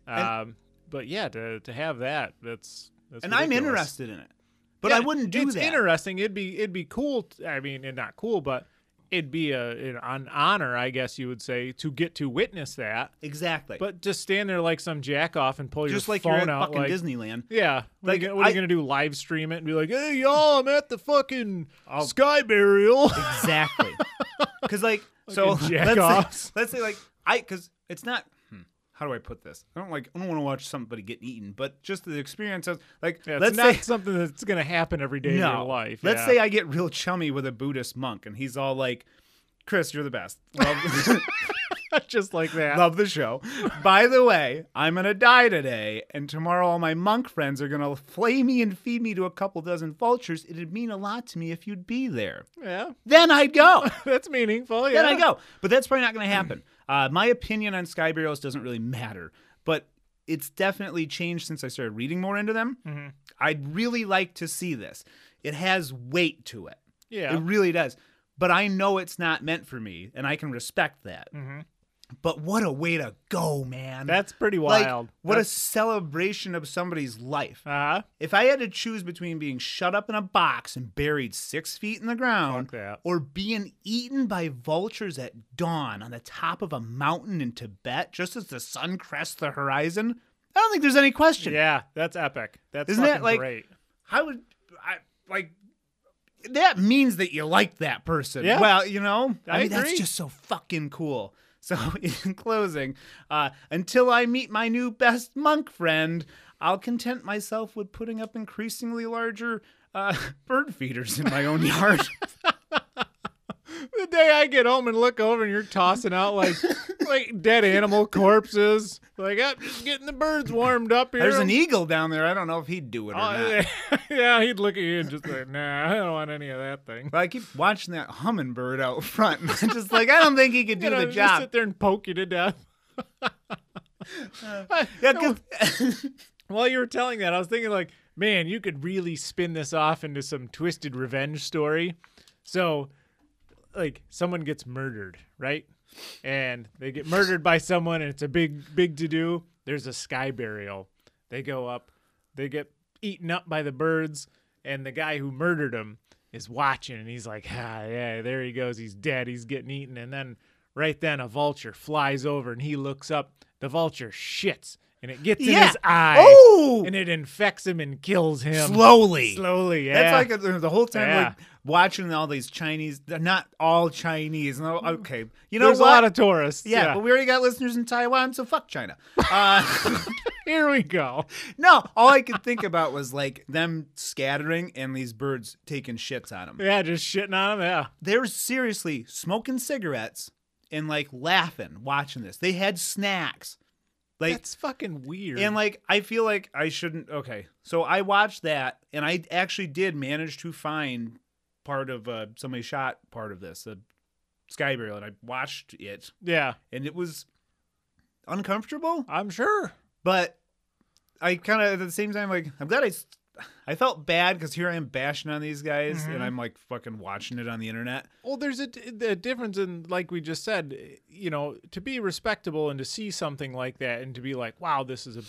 um, but yeah, to to have that, that's, that's
and I'm
ridiculous.
interested in it. But
Yeah,
I wouldn't do
it's
that.
interesting. It'd be it'd be cool. t- I mean, and not cool, but it'd be a an, an honor, I guess you would say, to get to witness that.
exactly.
But just stand there like some jack off and pull
just
your
like
phone
you're at
out
fucking
like
Disneyland.
yeah. What,
Like,
are you, gonna- what are you
I-
gonna do? Live stream it and be like, "Hey, y'all, I'm at the fucking sky burial."
Exactly. Because like so
Fucking jack
let's say,
offs.
let's say like I because it's not. hmm, How do I put this? I don't like. I don't want to watch somebody get eaten, but just the experience of like.
*laughs* Yeah, it's
let's
not
say
*laughs* something that's gonna happen every day in your life.
Let's
yeah.
say I get real chummy with a Buddhist monk, and he's all like, "Chris, you're the best. Love,
*laughs*
*laughs*
just like that.
love the show. By the way, I'm gonna die today, and tomorrow all my monk friends are gonna flay me and feed me to a couple dozen vultures. It'd mean a lot to me if you'd be there.
yeah,
Then I'd go."
*laughs* that's meaningful. Yeah,
then I go. But that's probably not going to happen. Uh, my opinion on sky burials doesn't really matter, but it's definitely changed since I started reading more into them.
Mm-hmm.
I'd really like to see this. It has weight to it.
Yeah.
It really does. But I know it's not meant for me, and I can respect that. But what a way to go,
*laughs*
man.
Mm-hmm. That's pretty
Like,
wild.
what a celebration of somebody's life.
uh
If I had to choose between being shut up in a box and buried six feet in the ground
Fuck that.
or being eaten by vultures at dawn on the top of a mountain in Tibet just as the sun crests the horizon, I don't think there's any question.
Yeah, that's epic. That's
Isn't that,
fucking
like-
great.
I would, I, like, that means that you like that person.
Yeah.
Well, you know, I,
I
mean, that's
agree.
just so fucking cool. *laughs* So, in closing, uh, until I meet my new best monk friend, I'll content myself with putting up increasingly larger uh, *laughs* bird feeders in my own *laughs* yard.
*laughs* The day I get home and look over and you're tossing out *laughs* like like dead animal corpses. Like I'm just getting the birds warmed up here. *laughs*
There's an eagle down there. I don't know if he'd do it or not.
Oh, *laughs* yeah, he'd look at you and just like, nah, I don't want any of that thing.
But I keep watching that hummingbird out front. *laughs* And I'm just like, I don't think *laughs* he could do
you know,
the
just
job.
sit there and poke you to death. *laughs*
Yeah, *laughs* 'cause-
While you were telling that, I was thinking like, man, you could really spin this off into some twisted revenge story. So, like, someone gets murdered, right? and they get murdered by someone, and it's a big, big to do. There's a sky burial. They go up, they get eaten up by the birds, and the guy who murdered him is watching, and he's like, ah, yeah, there he goes. He's dead. He's getting eaten. And then right then, a vulture flies over, and he looks up. The vulture shits, and it gets in
Yeah.
his eye,
Oh!
and it infects him and kills him
um, Slowly.
Slowly, yeah.
That's like uh, the whole time
Yeah.
we're watching all these Chinese. They're not all Chinese. No, okay. You know
There's
what?
a lot of tourists.
yeah, but we already got listeners in Taiwan, so fuck China. Uh, *laughs*
*laughs* here we go.
no, all I could think about was like them scattering and these birds taking shits on them.
Yeah, just shitting on them. Yeah.
They're seriously smoking cigarettes and like laughing watching this. They had snacks. Like
That's fucking weird.
And like, I feel like I shouldn't. Okay, so I watched that, and I actually did manage to find part of uh, somebody shot part of this, the sky burial, and I watched it,
yeah,
and it was uncomfortable,
I'm sure.
but I kind of at the same time like, I'm glad I. s- I felt bad because here I am bashing on these guys, and I'm like fucking watching it on the internet.
Well, there's a, d- the difference in, like we just said, you know, to be respectable and to see something like that and to be like, wow, this is a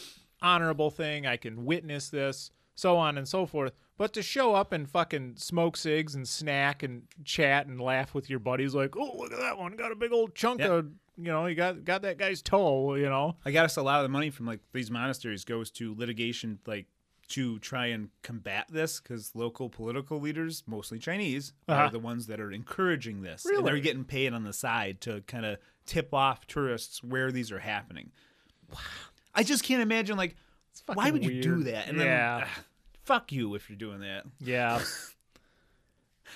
honorable thing. I can witness this, so on and so forth. But to show up and fucking smoke cigs and snack and chat and laugh with your buddies, like, oh, look at that one, got a big old chunk
Yeah.
of, you know, you got got that guy's toe, you know.
I guess a lot of the money from like these monasteries goes to litigation, like to try and combat this, because local political leaders, mostly Chinese,
Uh-huh.
are the ones that are encouraging this. And
Really?
they're getting paid on the side to kind of tip off tourists where these are happening. Wow. I just can't imagine like why
fucking
would you do
weird.
that? And
Yeah.
then ugh, fuck you if you're doing that.
Yeah.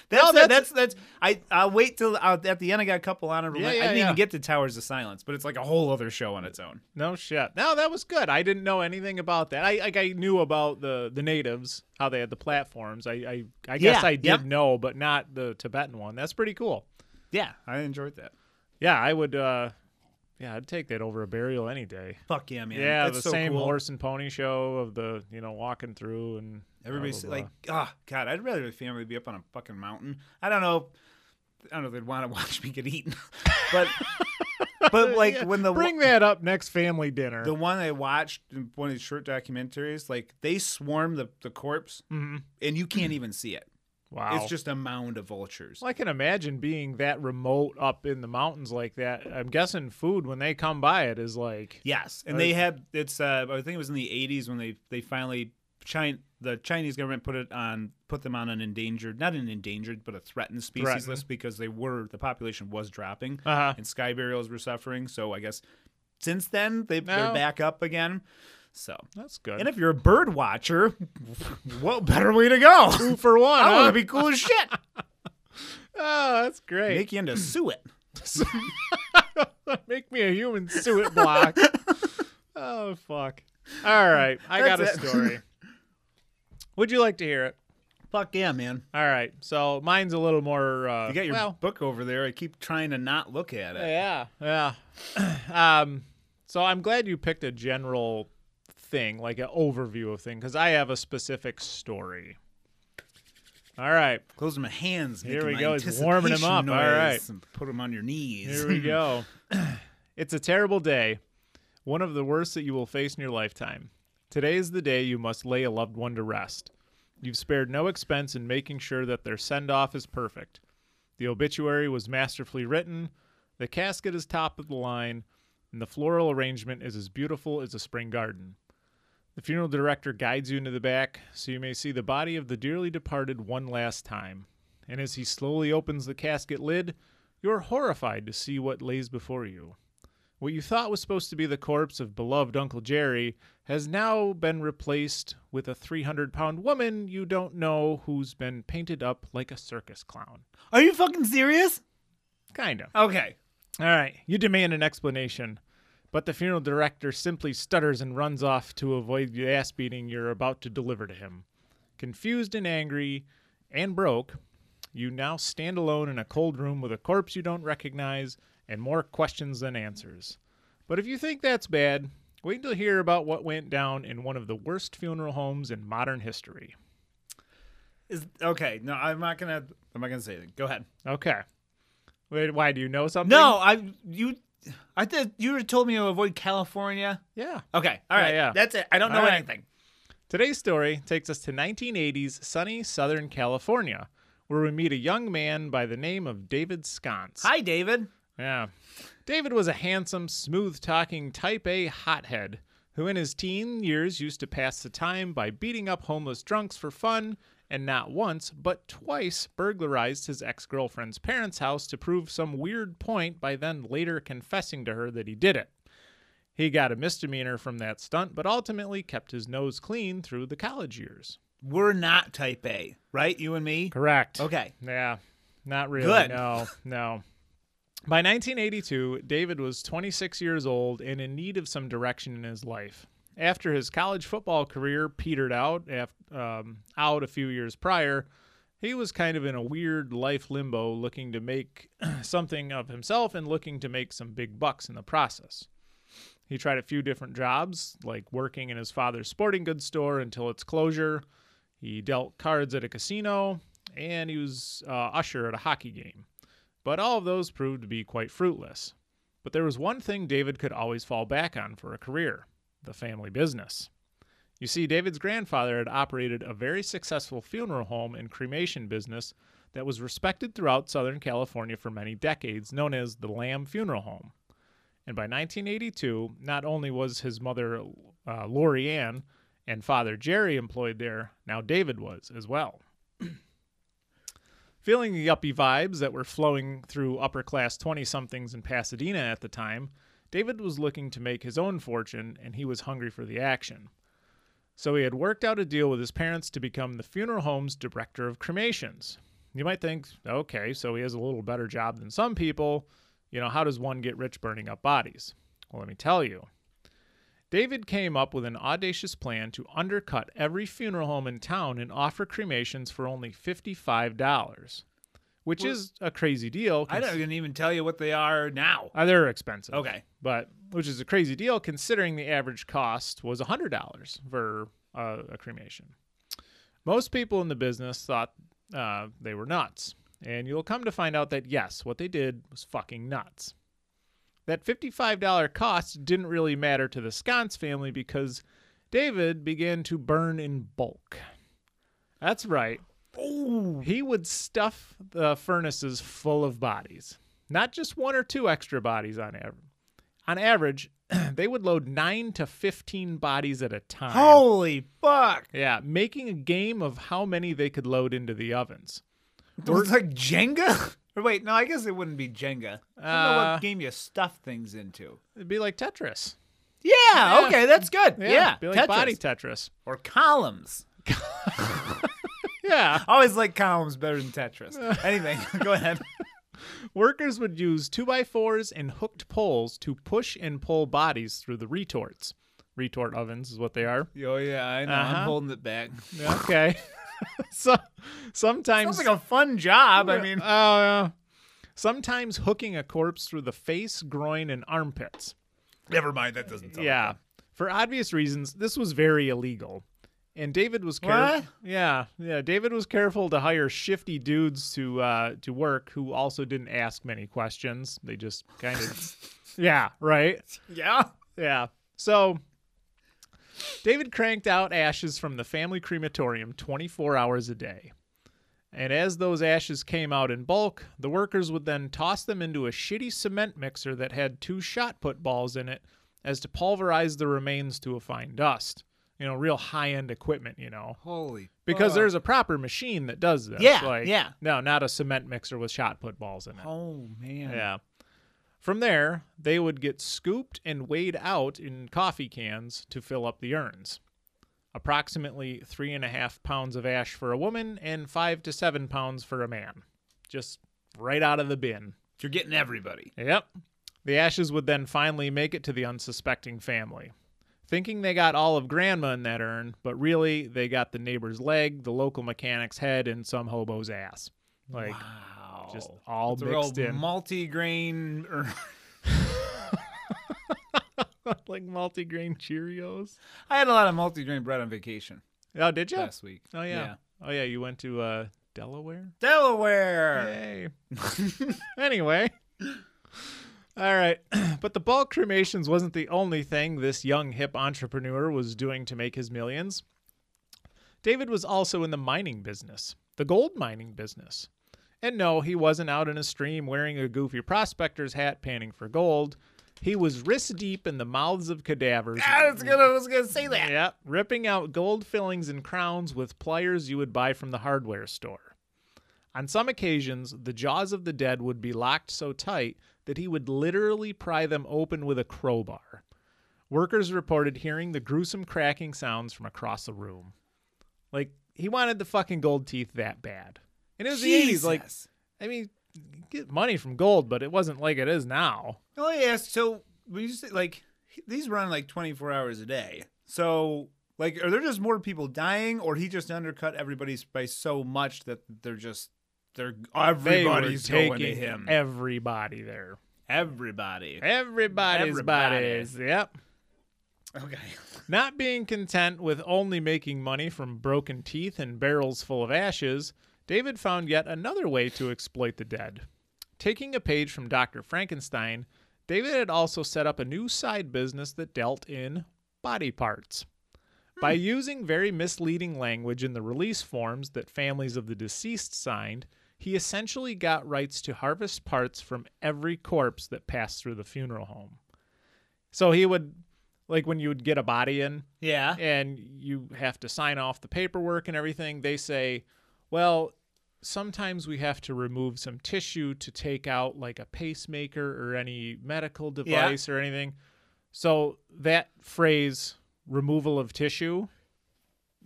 That's
No,
that- that's, that's I I'll wait till uh, at the end I got a couple honorable.
Yeah,
men- I
yeah,
didn't
yeah.
even get to Towers of Silence, but it's like a whole other show on its own.
No shit. No, that was good. I didn't know anything about that. I like I knew about the the natives, how they had the platforms. I I, I guess
Yeah,
I did
yep.
know, but not the Tibetan one. That's pretty cool.
Yeah, I enjoyed that.
Yeah, I would. uh Yeah, I'd take that over a burial any day.
Fuck yeah, man.
yeah,
That's
the
so
same
cool.
horse and pony show of the you know walking through and blah,
Everybody's
blah, blah.
like, oh, God, I'd rather the family be up on a fucking mountain. I don't know. I don't know if they'd want to *laughs* watch me get eaten. but,
*laughs*
but like,
Yeah,
when the
bring that up next family dinner.
the one I watched in one of these short documentaries, like, they swarm the, the corpse
Mhm.
and you
*clears throat*
can't even see it.
Wow,
It's just a mound of vultures.
Well, I can imagine being that remote up in the mountains like that. I'm guessing food when they come by it is like
Yes, and they had it's. Uh, I think it was in the '80s when they they finally China, the Chinese government put it on put them on an endangered, not an endangered, but a threatened species
Threatened.
list because they were the population was dropping
Uh-huh.
and sky burials were suffering. So I guess since then they
No.
they're back up again. So
that's good.
and if you're a bird watcher, *laughs* what better way to go? *laughs*
Two for one,
I
huh?
want to be cool as shit.
*laughs* Oh, that's great.
Make you into suet.
Make me a human suet
*laughs*
block. oh fuck. All right, I got a
That's it. *laughs*
story. Would you like to hear it?
Fuck yeah, man!
All right. So mine's a little more. Uh,
You got your *laughs*
well,
book over there. I keep trying to not look at it.
yeah, yeah. *clears throat* um, so I'm glad you picked a general thing, like an overview of thing, because I have a specific story. All right.
Closing my hands.
Here
making
we
my
go. He's warming 'em up.
anticipation
All
noise,
right.
And put them on your knees.
Here we go. *clears throat* it's a terrible day, one of the worst that you will face in your lifetime. Today is the day you must lay a loved one to rest. You've spared no expense in making sure that their send off is perfect. The obituary was masterfully written, the casket is top of the line, and the floral arrangement is as beautiful as a spring garden. The funeral director guides you into the back so you may see the body of the dearly departed one last time. And as he slowly opens the casket lid, you're horrified to see what lays before you. What you thought was supposed to be the corpse of beloved Uncle Jerry has now been replaced with a 300 pound woman you don't know who's been painted up like a circus clown.
Are you fucking serious?
Kind of.
Okay.
All right, you demand an explanation, but the funeral director simply stutters and runs off to avoid the ass beating you're about to deliver to him. Confused and angry and broke, you now stand alone in a cold room with a corpse you don't recognize and more questions than answers. But if you think that's bad, wait till you hear about what went down in one of the worst funeral homes in modern history.
Is okay. No, I'm not gonna. I'm not gonna say anything. Go ahead.
Okay. Wait, why do you know something?
No, I you. I thought you were told me to avoid California.
Yeah.
Okay, all right,
yeah.
that's it. I don't know
All right.
anything.
Today's story takes us to 1980s sunny Southern California, where we meet a young man by the name of David Sconce.
Hi, David.
Yeah. David was a handsome, smooth talking, type A hothead who, in his teen years, used to pass the time by beating up homeless drunks for fun and not once, but twice burglarized his ex girlfriend's parents' house to prove some weird point by then later confessing to her that he did it. He got a misdemeanor from that stunt, but ultimately kept his nose clean through the college years.
We're not Type A, right? You and me.
Correct.
Okay.
Yeah, not really.
Good.
No, no. By 1982, David was 26 years old and in need of some direction in his life. After his college football career petered out, af- um, out a few years prior, he was kind of in a weird life limbo, looking to make *clears throat* something of himself and looking to make some big bucks in the process. He tried a few different jobs, like working in his father's sporting goods store until its closure. He dealt cards at a casino, and he was uh, usher at a hockey game. But all of those proved to be quite fruitless. But there was one thing David could always fall back on for a career the family business. You see, David's grandfather had operated a very successful funeral home and cremation business that was respected throughout Southern California for many decades, known as the Lamb Funeral Home. And by 1982, not only was his mother, uh, Lori Ann, and father Jerry employed there, now David was as well. *clears throat* Feeling the yuppie vibes that were flowing through upper class 20 somethings in Pasadena at the time, David was looking to make his own fortune and he was hungry for the action. So he had worked out a deal with his parents to become the funeral home's director of cremations. You might think, okay, so he has a little better job than some people. You know, how does one get rich burning up bodies? Well, let me tell you. David came up with an audacious plan to undercut every funeral home in town and offer cremations for only $55, which is a crazy deal.
I
cons-
don't even even tell you what they are now.
uh, they're expensive.
Okay.
But which is a crazy deal considering the average cost was $100 for uh, a cremation. Most people in the business thought uh, they were nuts. And you'll come to find out that yes, what they did was fucking nuts. That $55 cost didn't really matter to the Sconce family because David began to burn in bulk. That's right. He would stuff the furnaces full of bodies, not just one or two extra bodies on average. On average, *clears throat* they would load nine to 15 bodies at a time.
Holy fuck!
Yeah, making a game of how many they could load into the ovens.
It's like Jenga. *laughs* Or wait, no, I guess it wouldn't be Jenga. I don't know
Uh,
what game you stuff things into.
It'd be like Tetris.
Yeah,
yeah.
okay, that's good. Yeah,
it'd be like
Tetris.
body Tetris.
or columns.
*laughs* Yeah.
I always like columns better than *laughs* Tetris. Anything, go ahead.
Workers would use 2x4s and hooked poles to push and pull bodies through the retorts. Retort ovens is what they are.
*laughs* Oh yeah, I know.
Uh-huh.
I'm holding it back.
*laughs* Okay. so sometimes
Sounds like a fun job. I *laughs* mean,
Oh, yeah. sometimes hooking a corpse through the face, groin and armpits.
Never mind, that doesn't
Oh,
sound
Yeah. For obvious reasons, this was very illegal. And David was
What?
careful. Yeah, yeah. David was careful to hire shifty dudes to uh, to work who also didn't ask many questions. They just kind
*laughs*
of, yeah, right.
yeah.
Yeah. So David cranked out ashes from the family crematorium 24 hours a day. And as those ashes came out in bulk, the workers would then toss them into a shitty cement mixer that had two shot put balls in it as to pulverize the remains to a fine dust. You know, real high end equipment, you know.
Holy.
Because
fuck.
there's a proper machine that does this.
Uh. Yeah,
Like,
yeah.
No, not a cement mixer with shot put balls in it.
Oh man.
Yeah. From there, they would get scooped and weighed out in coffee cans to fill up the urns. Approximately three and a half pounds of ash for a woman and five to seven pounds for a man. Just right out of the bin.
You're getting everybody.
Yep. The ashes would then finally make it to the unsuspecting family. Thinking they got all of grandma in that urn, but really they got the neighbor's leg, the local mechanic's head, and some hobo's ass. Like
Wow.
just all
It's a real
mixed in.
multi-grain. or- *laughs*
like multi-grain Cheerios.
I had a lot of multi-grain bread on vacation
Oh, did you?
last week.
Oh yeah. Oh yeah, you went to uh Delaware?
Delaware.
Yay. *laughs* anyway. All right. *clears throat* But the bulk cremations wasn't the only thing this young hip entrepreneur was doing to make his millions. David was also in the mining business, the gold mining business. And no, he wasn't out in a stream wearing a goofy prospector's hat panning for gold. He was wrist deep in the mouths of cadavers.
Ah, I was gonna, I was gonna say that.
Yeah, ripping out gold fillings and crowns with pliers you would buy from the hardware store. On some occasions, the jaws of the dead would be locked so tight that he would literally pry them open with a crowbar. Workers reported hearing the gruesome cracking sounds from across the room. Like, he wanted the fucking gold teeth that bad. And it was the 80s. Like,
Jesus.
I mean, get money from gold, but it wasn't like it is now.
Well, I asked. So when you say like these run like twenty four hours a day, so like are there just more people dying, or he just undercut everybody's by so much that they're just they're
They were
everybody's going to
taking
him.
Everybody there.
Everybody.
Everybody's
Everybody.
bodies. Yep.
Okay.
Not being content with only making money from broken teeth and barrels full of ashes, David found yet another way to exploit the dead. Taking a page from Dr. Frankenstein, David had also set up a new side business that dealt in body parts. By using very misleading language in the release forms that families of the deceased signed, he essentially got rights to harvest parts from every corpse that passed through the funeral home. So he would, like when you would get a body in,
Yeah.
and you have to sign off the paperwork and everything, they say, well, sometimes we have to remove some tissue to take out like a pacemaker or any medical device or anything. So that phrase, removal of tissue,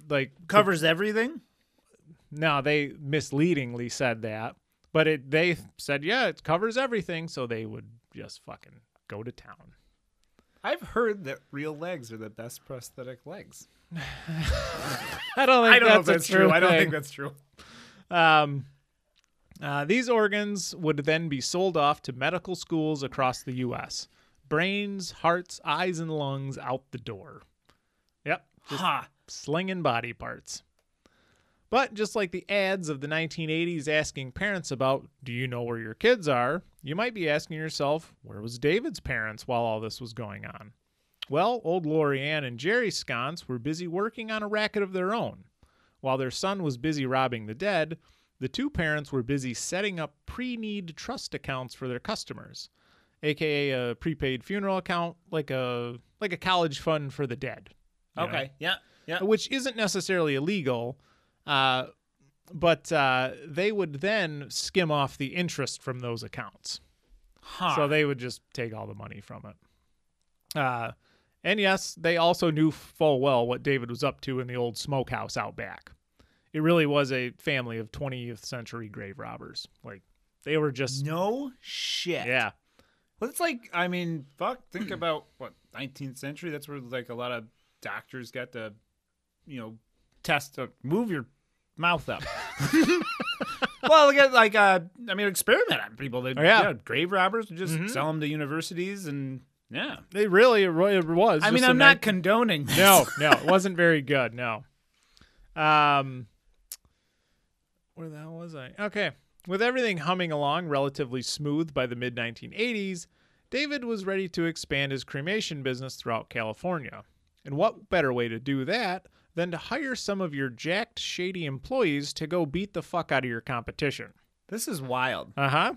like
Covers everything.
no, they misleadingly said that, but it they said yeah, it covers everything, so they would just fucking go to town.
*laughs* I've heard that real legs are the best prosthetic legs.
I don't think
I don't know if
that's, a
that's true. I don't
thing.
think that's true.
Um, uh, these organs would then be sold off to medical schools across the U.S. Brains, hearts, eyes, and lungs out the door. Yep,
Ha.
slinging body parts. But just like the ads of the 1980s asking parents about, do you know where your kids are? You might be asking yourself, where was David's parents while all this was going on? Well, old Lori Ann and Jerry Sconce were busy working on a racket of their own. While their son was busy robbing the dead, the two parents were busy setting up pre need trust accounts for their customers, aka a prepaid funeral account, like a like a college fund for the dead. you know?
Okay. Yeah. Yeah.
which isn't necessarily illegal, uh, but uh, they would then skim off the interest from those accounts.
Huh.
So they would just take all the money from it. Uh, and yes, they also knew full well what David was up to in the old smokehouse out back. It really was a family of 20th century grave robbers. Like they were just
no shit.
yeah.
Well, it's like I mean, fuck.
Hmm.
Think about what 19th century. That's where like a lot of doctors got to, you know, test. Uh, move your mouth
*laughs*
up. well, look at like uh, I mean, experiment on people. They,
Oh, yeah. Mm-hmm.
grave robbers and just sell them to universities and yeah.
They really it really was.
I mean,
just a
I'm not condoning. This.
No, no, it wasn't very good. No. Um, where the hell was I? Okay. With everything humming along relatively smooth by the mid 1980s, David was ready to expand his cremation business throughout California. And what better way to do that than to hire some of your jacked, shady employees to go beat the fuck out of your competition?
*laughs* This is wild.
Uh huh.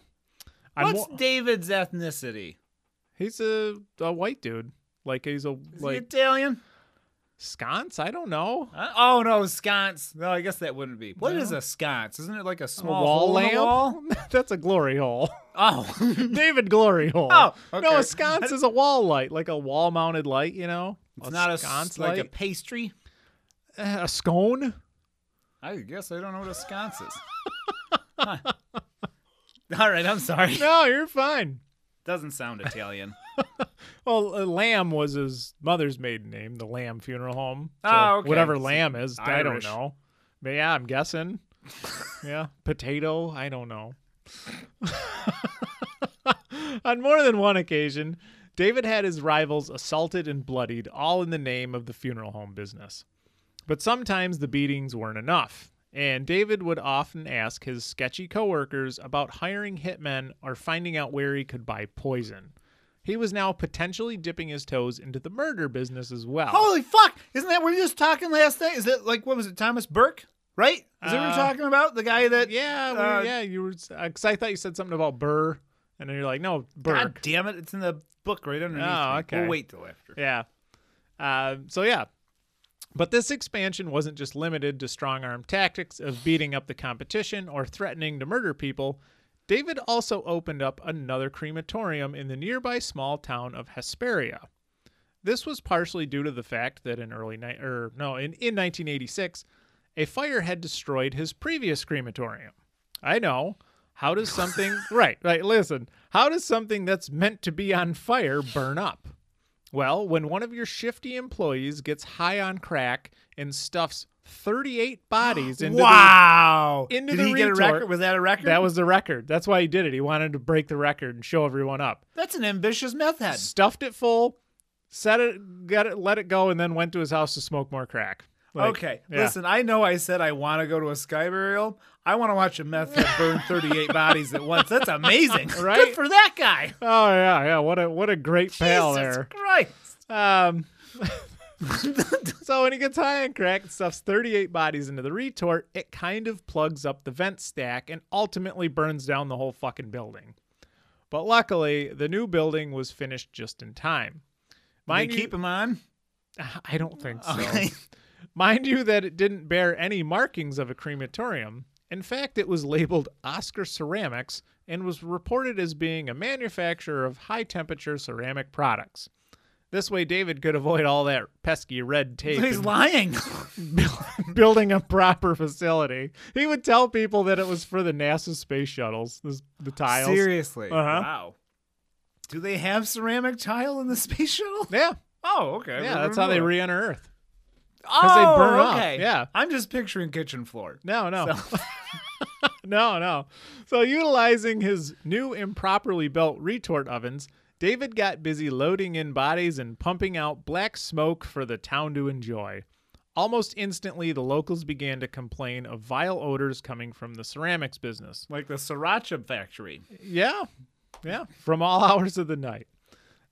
What's David's ethnicity?
he's a, a white dude. Like he's a
Is he
like
Italian?
sconce. I don't know.
Uh, oh no, sconce. No, I guess that wouldn't be. What
No.
is a sconce? Isn't it like a
A
small
wall
hole in the
lamp.
wall?
*laughs* That's a glory hole. *laughs*
Oh.
David Glory Hole.
Oh,
no,
okay.
a sconce is a wall light, like a wall-mounted light. You know,
It's not a
sconce
sconce like a
light.
pastry.
Eh, A, scone.
I guess I don't know what a sconce is. Huh. *laughs* All right, I'm sorry. *laughs*
No, you're fine.
Doesn't sound Italian.
Well, uh, Lamb was his mother's maiden name. The Lamb Funeral Home.
Oh, okay.
Whatever
So,
Lamb is, I don't
Irish.
know. But yeah, I'm
*laughs*
guessing. yeah, potato. I don't know. On more than one occasion, David had his rivals assaulted and bloodied, all in the name of the funeral home business. But sometimes the beatings weren't enough, And David would often ask his sketchy coworkers about hiring hitmen or finding out where he could buy poison. He was now potentially dipping his toes into the murder business as well.
Holy fuck! Isn't that we were just talking last night? Is that like what was it? Thomas Burke, right? Is that what
Uh,
we're talking about? The guy that
yeah, we-
Uh,
yeah, you were because I thought you said something about Burr, and then you're like, no,
God
Burke.
damn it! It's in the book right underneath.
Oh,
me.
okay.
We'll wait till after.
Yeah. Um, so yeah. But this expansion wasn't just limited to strong arm tactics of beating up the competition or threatening to murder people. David also opened up another crematorium in the nearby small town of Hesperia. This was partially due to the fact that in early ni- or no, in, in 1986, a fire had destroyed his previous crematorium. I know. How does something right, right, listen. How does something that's meant to be on fire burn up? Well, when one of your shifty employees gets high on crack and stuffs 38 bodies into
wow!
into
Did
the
he get a
retort.
record? Was that a record?
the, that was the record. That's why he did it. He wanted to break the record and show everyone up.
That's an ambitious meth head.
Stuffed it full, set it, got it, let it go, and then went to his house to smoke more crack. Like,
okay,
yeah.
listen. I know I said I want to go to a sky burial. I want to watch a meth head
*laughs*
burn 38 bodies at once. That's amazing.
Right?
Good for that guy.
*laughs* Oh yeah, yeah. What a what a great pal
Jesus
there.
Christ.
Um, *laughs* so when he gets high on crack and stuffs 38 bodies into the retort, it kind of plugs up the vent stack and ultimately burns down the whole fucking building. But luckily, the new building was finished just in time.
They
Mind you,
keep him on.
I don't think so.
Okay.
Mind you, that it didn't bear any markings of a crematorium. In fact, it was labeled Oscar Ceramics and was reported as being a manufacturer of high temperature ceramic products. This way, David could avoid all that pesky red tape *laughs*
He's
and
lying.
buil- building a proper facility. He would tell people that it was for the NASA space shuttles, this, the tiles.
Seriously.
Uh-huh.
Wow. Do they have ceramic tile in the *laughs* space
*laughs*
shuttle?
Yeah,
Oh, okay.
yeah, that's how they
read.
re enter Earth.
Because
they burn up. Yeah.
I'm just picturing kitchen floor.
No, no. *laughs* no, no. So, utilizing his new improperly built retort ovens, David got busy loading in bodies and pumping out black smoke for the town to enjoy. Almost instantly, the locals began to complain of vile odors coming from the ceramics business.
Like the sriracha factory.
Yeah. Yeah. From all *laughs* hours of the night.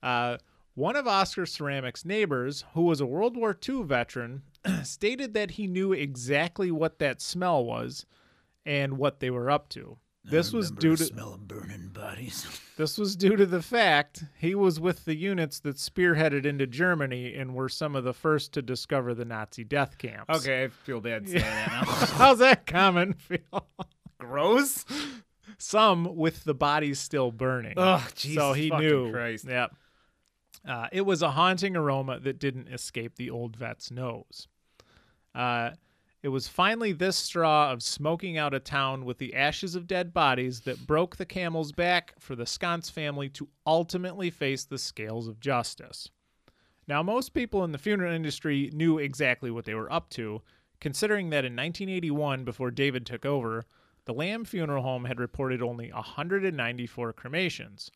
Uh, one of Oscar Ceramic's neighbors, who was a World War II veteran, *clears throat* stated that he knew exactly what that smell was and what they were up to. This was due to
smell of burning bodies.
this was due to the fact he was with the units that spearheaded into Germany and were some of the first to discover the Nazi death camps.
Okay, I feel bad saying that
*laughs*
now.
How's that common feel?
*laughs* Gross.
Some with the bodies still burning.
Oh, Jesus.
so he
fucking
knew.
Christ.
Yep. Uh, it was a haunting aroma that didn't escape the old vet's nose. Uh, it was finally this straw of smoking out a town with the ashes of dead bodies that broke the camel's back for the Sconce family to ultimately face the scales of justice. Now, most people in the funeral industry knew exactly what they were up to, considering that in 1981, before David took over, the Lamb Funeral Home had reported only 194 cremations.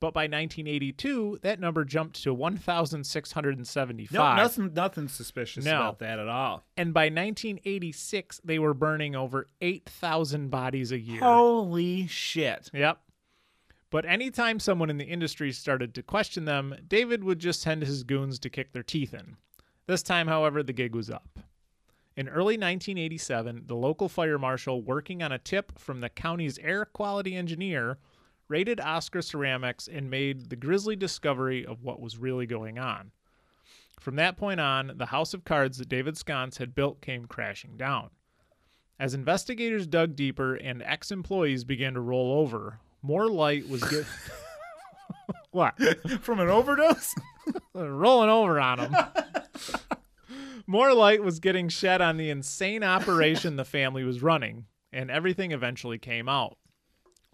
But by 1982, that number jumped to 1,675.
No, nothing, nothing suspicious
No.
about that at all.
And by 1986, they were burning over 8,000 bodies a year.
Holy shit. *laughs*
Yep. But anytime someone in the industry started to question them, David would just send his goons to kick their teeth in. This time, however, the gig was up. In early 1987, the local fire marshal, working on a tip from the county's air quality engineer, raided Oscar Ceramics and made the grisly discovery of what was really going on. From that point on, the house of cards that David Sconce had built came crashing down. As investigators dug deeper and ex employees began to roll over, more light was get what
From
*laughs*
an overdose?
rolling over on them. *laughs* more light was getting shed on the insane operation the family was running, and everything eventually came out.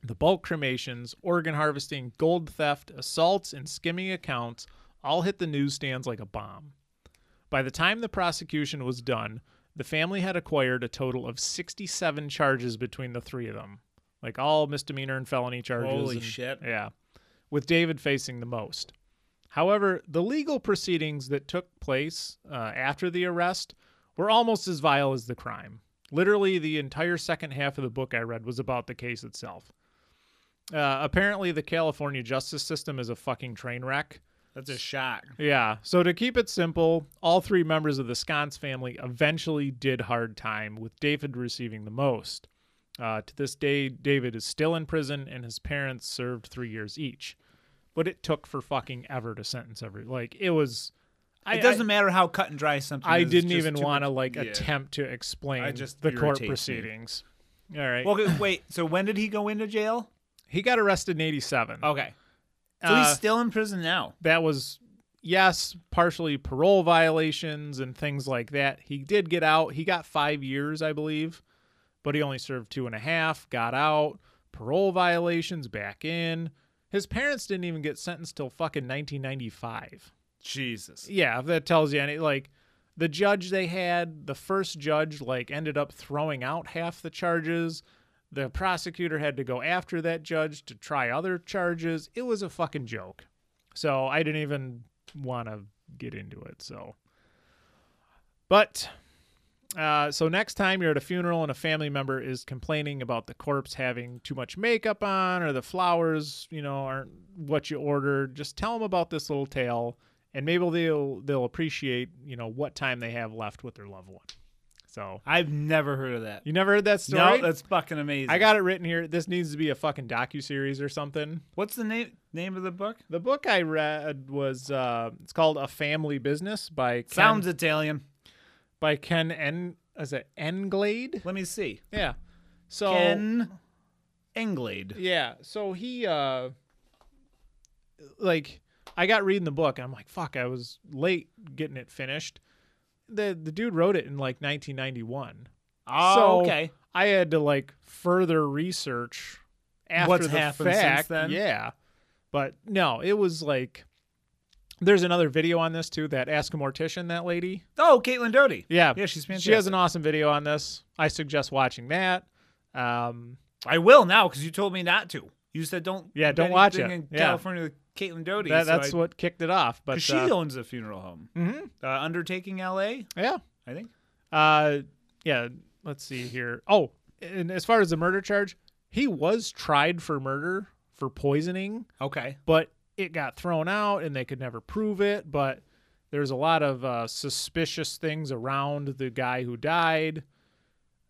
The bulk cremations, organ harvesting, gold theft, assaults, and skimming accounts all hit the newsstands like a bomb. By the time the prosecution was done, the family had acquired a total of 67 charges between the three of them, like all misdemeanor and felony charges.
Holy
and-
shit.
Yeah, with David facing the most. However, the legal proceedings that took place uh, after the arrest were almost as vile as the crime. Literally, the entire second half of the book I read was about the case itself. Uh, apparently, the California justice system is a fucking train wreck.
That's a shock.
Yeah. So to keep it simple, all three members of the Sconce family eventually did hard time, with David receiving the most. Uh, to this day, David is still in prison, and his parents served three years each. But it took for fucking ever to sentence every. Like it was. I,
it doesn't matter how cut and dry something.
I, I
is, it's
didn't
just
even
too
want to
much-
like
Yeah.
attempt to explain
I just
the court
irritates me.
proceedings. All right.
Well,
Well,
okay, wait. So when did he go into jail?
he got arrested in '87.
Okay. So
Uh,
he's still in prison now.
that was yes partially parole violations and things like that he did get out he got five years i believe but he only served two and a half got out parole violations back in his parents didn't even get sentenced till fucking 1995
Jesus.
yeah if that tells you any like the judge they had the first judge like ended up throwing out half the charges the prosecutor had to go after that judge to try other charges it was a fucking joke so i didn't even want to get into it so but uh, so next time you're at a funeral and a family member is complaining about the corpse having too much makeup on or the flowers, you know, aren't what you ordered, just tell them about this little tale and maybe they'll they'll appreciate, you know, what time they have left with their loved one. So,
I've never heard of that.
you never heard that
No,
story?
that's fucking amazing.
I got it written here. This needs to be a fucking docu series or something.
What's the name name of the book?
The book I read was uh, it's called A Family Business by Ken,
Sounds Italian.
by Ken N is it Englade?
Let me see.
Yeah. So
Ken Englade.
Yeah. So he uh like I got reading the book and I'm like, fuck, I was late getting it finished. The the dude wrote it in like nineteen ninety one.
Oh,
so
okay.
I had to like further research after
What's
the
happened since
fact.
then?
Yeah. But no, it was like there's another video on this too, that Ask a Mortician, that lady.
Oh, Caitlin Doty.
Yeah.
Yeah, she's fantastic.
She has an awesome video on this. I suggest watching that. Um
I will now because you told me not to. You said don't.
Yeah,
put
don't watch
anything
it.
in
Yeah.
California with Caitlin Doty.
that,
so
that's
I-
what kicked it off. But
'cause she
uh,
owns a funeral home.
Mhm.
Uh, Undertaking LA,
yeah,
I think.
Uh, yeah. Let's see here. Oh, and as far as the murder charge, he was tried for murder for poisoning,
Okay.
but it got thrown out, and they could never prove it. But there's a lot of uh, suspicious things around the guy who died.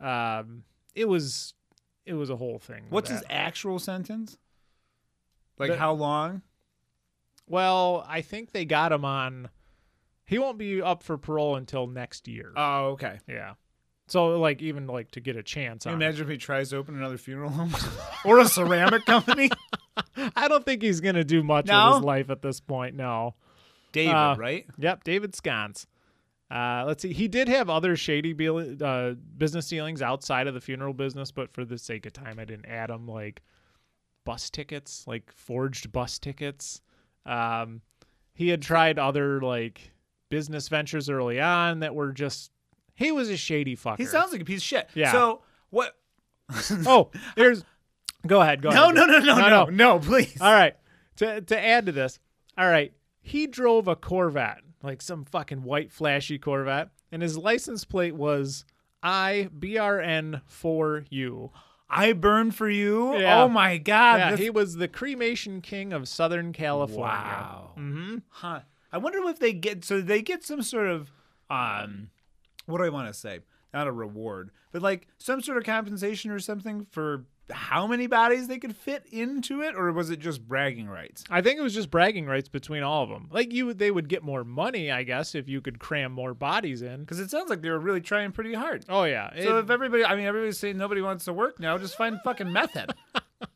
Um, it was, it was a whole thing. with
What's
that.
his actual sentence? Like
The-
how long?
Well, I think they got him on. He won't be up for parole until next year.
Oh, okay.
yeah. So like even like to get a chance
Can you
on. it.
imagine if he tries to open another funeral *laughs* home or a ceramic company?
I don't think he's gonna do much
No?
with his life at this point. No.
*laughs* David,
Uh,
right?
Yep, David Sconce. Uh, let's see. He did have other shady beal- uh, business dealings outside of the funeral business, but for the sake of time, I didn't add them. Like bus tickets, like forged bus tickets. Um, he had tried other like business ventures early on that were just. He was a shady fucker.
He sounds like a piece of shit.
Yeah.
So what? *laughs*
Oh, there's. Go ahead. Go
No,
ahead.
no, no, no, no, no, please.
All right. To to add to this, all right, he drove a Corvette, like some fucking white flashy Corvette, and his license plate was IBRN4U.
I burn for you.
Yeah.
Oh my god.
Yeah,
this-
he was the cremation king of Southern California.
wow.
hmm
Huh. I wonder if they get so they get some sort of um what do I want to say? Not a reward, but like some sort of compensation or something for how many bodies they could fit into it, or was it just bragging rights?
I think it was just bragging rights between all of them. Like you, they would get more money, I guess, if you could cram more bodies in.
Because it sounds like they were really trying pretty hard.
Oh yeah,
So
It-
if everybody, I mean, everybody's saying nobody wants to work now, just find fucking meth head.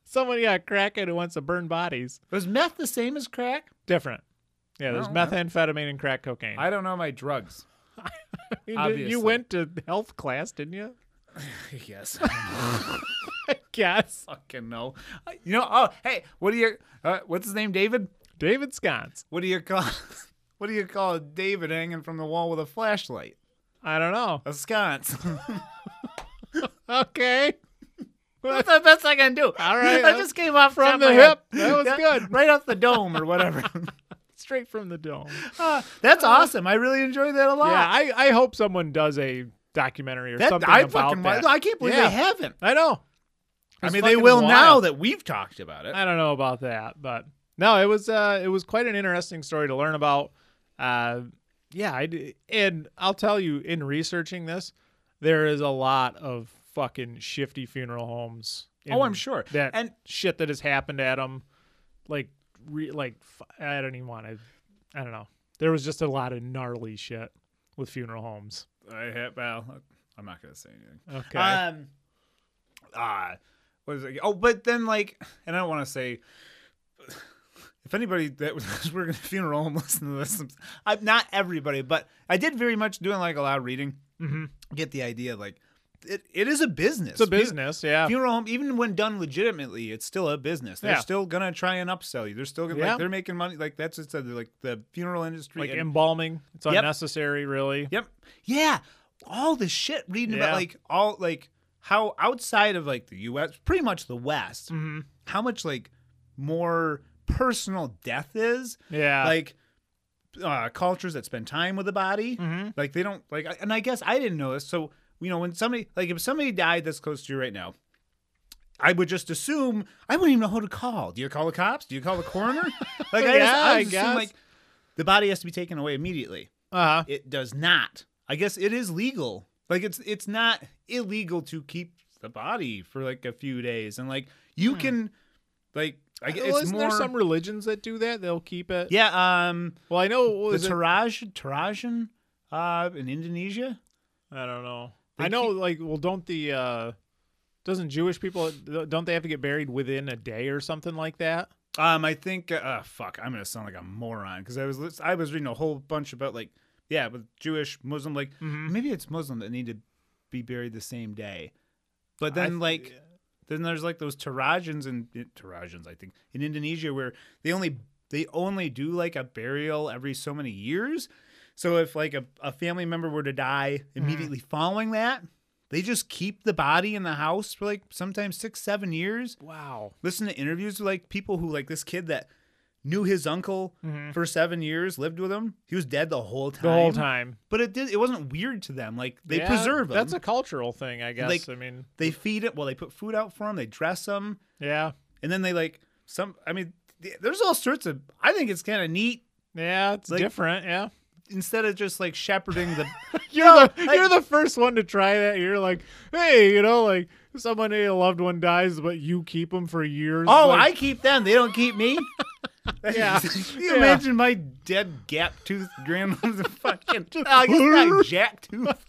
someone yeah, crackhead who wants to burn bodies.
*laughs* Was meth the same as crack?
Different. Yeah, there's
Well,
methamphetamine and crack cocaine.
I don't know my drugs. *laughs*
You, did,
Obviously.
you went to health class, didn't you?
yes. *laughs*
I guess.
fucking no. You know, oh, hey, what do you, uh, what's his name, David?
David Sconce.
What do you call, *laughs* what do you call David hanging from the wall with a flashlight?
I don't know.
A *laughs* sconce.
Okay.
That's the best I can do.
All right,
That
that-
just came off
from
top of
the
my head.
hip. That was
Yeah,
good.
Right off the dome or *laughs* whatever.
Straight from the dome.
Ah, that's awesome. I really enjoyed that a lot.
Yeah, I, I hope someone does a documentary or
That,
something
I
about
fucking
that.
I can't believe
Yeah.
they haven't.
I know.
I
It's
mean, they
fucking
will now
wild.
that we've talked about it.
I don't know about that, but no, it was uh, it was quite an interesting story to learn about. Uh, yeah, I d- and I'll tell you, in researching this, there is a lot of fucking shifty funeral homes.
Oh,
in
I'm sure.
that
And-
shit that has happened at them, like, re, like f- I don't even want to. I don't know. There was just a lot of gnarly shit with funeral homes. Uh,
I have, well, I'm not gonna say anything.
Okay,
Um, ah, what is it? Oh, but then like, and I don't want to say. If anybody that was *laughs* working at a funeral home listen to this, I'm not everybody, but I did very much doing like a lot of reading. Mm-hmm. Get the idea, like it, it is a business.
it's a business. Yeah,
Funeral home, even when done legitimately, it's still a business. They're
Yeah.
still gonna try and upsell you. They're still gonna
Yeah.
like they're making money. Like that's what I said. Like the funeral industry.
like
and-
embalming. It's
Yep.
unnecessary, really.
Yep. Yeah. All the shit reading
Yeah.
about like all like how outside of like the US, pretty much the West,
Mm-hmm.
how much like more personal death is.
Yeah,
Like uh, cultures that spend time with the body,
Mm-hmm.
like they don't like. And I guess I didn't know this. So you know, when somebody like if somebody died this close to you right now, I would just assume I wouldn't even know who to call. Do you call the cops? Do you call
*laughs*
the coroner? like I just,
Yeah, I
I, just assume,
guess.
like the body has to be taken away immediately
uh huh.
it does not. I guess it is legal. Like it's it's not illegal to keep the body for like a few days, and like you can, like I guess
Hmm. well,
it's
isn't
more.
there some religions that do that? They'll keep it.
yeah, um,
Well, I know. What
the
was it?
Taraj Tarajan, uh, in Indonesia.
I don't know.
They
I know. Like, well, don't the uh doesn't Jewish people don't they have to get buried within a day or something like that?
Um, I think. Uh, fuck, I'm gonna sound like a moron because I was lis- I was reading a whole bunch about like yeah, with Jewish Muslim like maybe it's Muslim that need to be buried the same day, but then
th-
like then there's like those Tarajans and Tarajans I think in Indonesia where they only they only do like a burial every so many years. So if like a, a family member were to die immediately following that, they just keep the body in the house for like sometimes six, seven years
Wow.
listen to interviews with like people who like this kid that knew his uncle for seven years, lived with him. He was dead the whole time.
Mm-hmm. The whole time
But it did. It wasn't weird to them. Like they
Yeah,
preserve him.
That's a cultural thing, I guess.
Like-
I mean,
they feed it. Well, they put food out for him. They dress him,
yeah,
and then they like some. I mean, th- there's all sorts of. I think it's kind of neat.
yeah, it's
Like-
different. Yeah.
Instead of just like shepherding the,
*laughs* You're the
like-
you're the first one to try that. You're like, hey, you know, like someone a loved one dies, but you keep them for years.
oh,
like,
I keep them. They don't keep *laughs* me.
Yeah.
Can you
Yeah.
imagine my dead gap tooth *laughs* grandmother's fucking. I guess not jack tooth.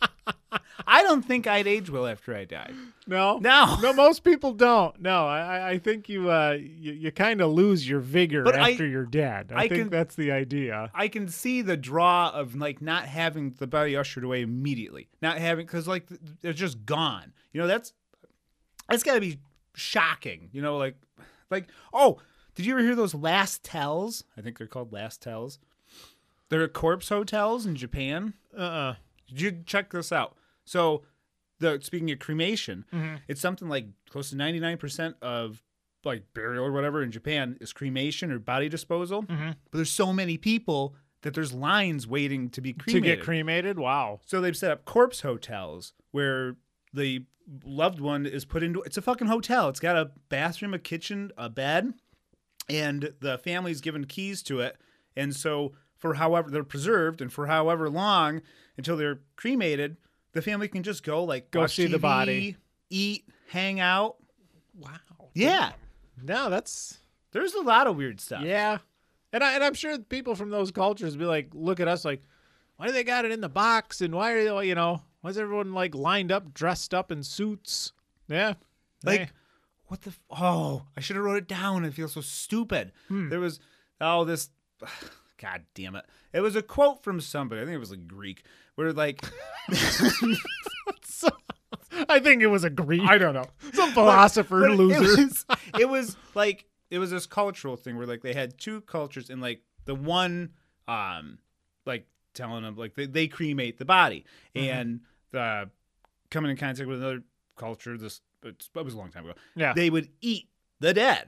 *laughs* I don't think I'd age well after I die.
no,
No.
no. Most people don't. No, I I- I think you uh you, you kind of lose your vigor
But I-
after you're dead. I,
I
think
can-
that's the idea.
*laughs* I can see the draw of like not having the body ushered away immediately, not having because like th- th- it's just gone. You know that's that's got to be shocking. You know, like like oh, did you ever hear those last tells? I think they're called last tells. They're corpse hotels in Japan.
uh-uh.
you check this out. So, the speaking of cremation, it's something like close to ninety nine percent of like burial or whatever in Japan is cremation or body disposal. But there's so many people that there's lines waiting to be cremated.
to get cremated. Wow.
so they've set up corpse hotels where the loved one is put into. It's a fucking hotel. It's got a bathroom, a kitchen, a bed, and the family's given keys to it. And so for however they're preserved and for however long until they're cremated, the family can just go like
Go
watch
see the
TV,
body.
eat, hang out.
Wow.
Yeah,
No, that's
there's a lot of weird stuff.
yeah, and I and I'm sure people from those cultures be like, look at us, like, why do they got it in the box, and why are they, you know, why's everyone like lined up, dressed up in suits? Yeah,
Like,
Hey.
what the? F- oh, I should have wrote it down. I feel so stupid.
Hmm.
There was, oh, this, *sighs* god damn it. It was a quote from somebody. I think it was like Greek, where
*laughs*
like,
I think it was a Greek. I don't know, some philosopher
but
loser.
It was, *laughs* it was like it was this cultural thing where like they had two cultures and like the one, um, like telling them like they, they cremate the body
Mm-hmm.
and uh, coming in contact with another culture. This it's, it was a long time ago.
yeah,
they would eat the dead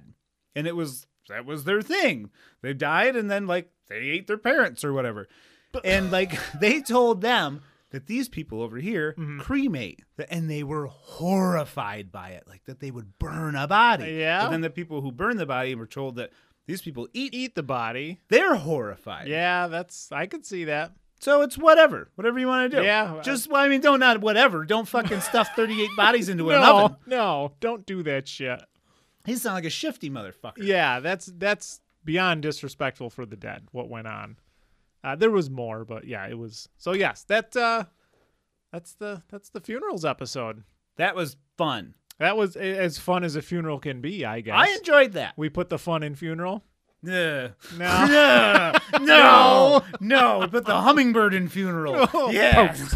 and it was that was their thing they *laughs* died and then like they ate their parents or whatever and like they told them that these people over here
Mm-hmm.
cremate, Th- and they were horrified by it, like that they would burn a body.
Yeah.
But then the people who burn the body were told that these people eat.
Eat the body.
They're horrified.
Yeah, that's I could see that.
So it's whatever, whatever you want to do.
Yeah.
Just well, I mean, don't not whatever. Don't fucking stuff thirty-eight bodies
*laughs*
into an oven.
No, no, don't do that shit.
He sound like a shifty motherfucker.
Yeah, that's that's beyond disrespectful for the dead. What went on? Uh, there was more, but yeah, it was. So yes, that uh, that's the that's the funerals episode.
That was fun.
That was a- as fun as a funeral can be, I guess.
I enjoyed that.
we put the fun in funeral.
No.
No.
*laughs* No. no. No. But the hummingbird in funeral.
*laughs*
Yes.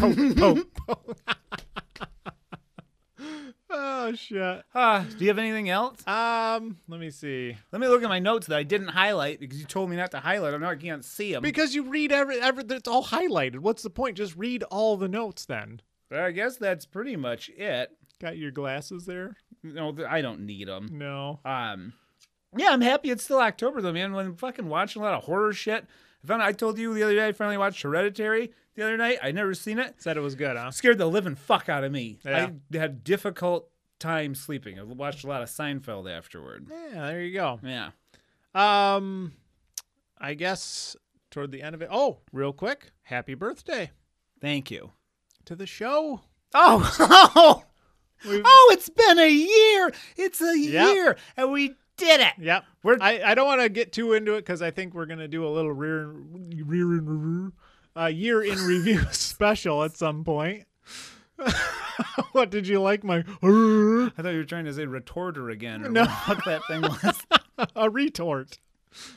oh shit.
*laughs* Ah, do you have anything else?
Um, let me see.
Let me look at my notes that I didn't highlight because you told me not to highlight them. Now I can't see them.
Because you read every every it's all highlighted. What's the point? Just read all the notes then.
I guess that's pretty much it.
Got your glasses there?
No, th- I don't need them.
No.
Um, yeah, I'm happy it's still October though, man. When I'm fucking watching a lot of horror shit. I found I told you the other day I finally watched Hereditary the other night. I never seen it.
Said it was good, huh?
scared the living fuck out of me.
Yeah.
I had difficult time sleeping. I watched a lot of Seinfeld afterward.
Yeah, there you go.
Yeah.
Um, I guess toward the end of it. Oh, real quick, happy birthday
Thank you.
to the show.
Oh, *laughs* oh,
We've-
it's been a year. It's a
Yep.
year, and we did it.
Yep.
We're-
I, I don't want to get too into it because I think we're gonna do a little rear rear in review, uh, year in review *laughs* special at some point. *laughs* what did you like my *laughs* a
I thought you were trying to say retorter again. Or
No.
no, fuck that *laughs* thing was. That's
retort?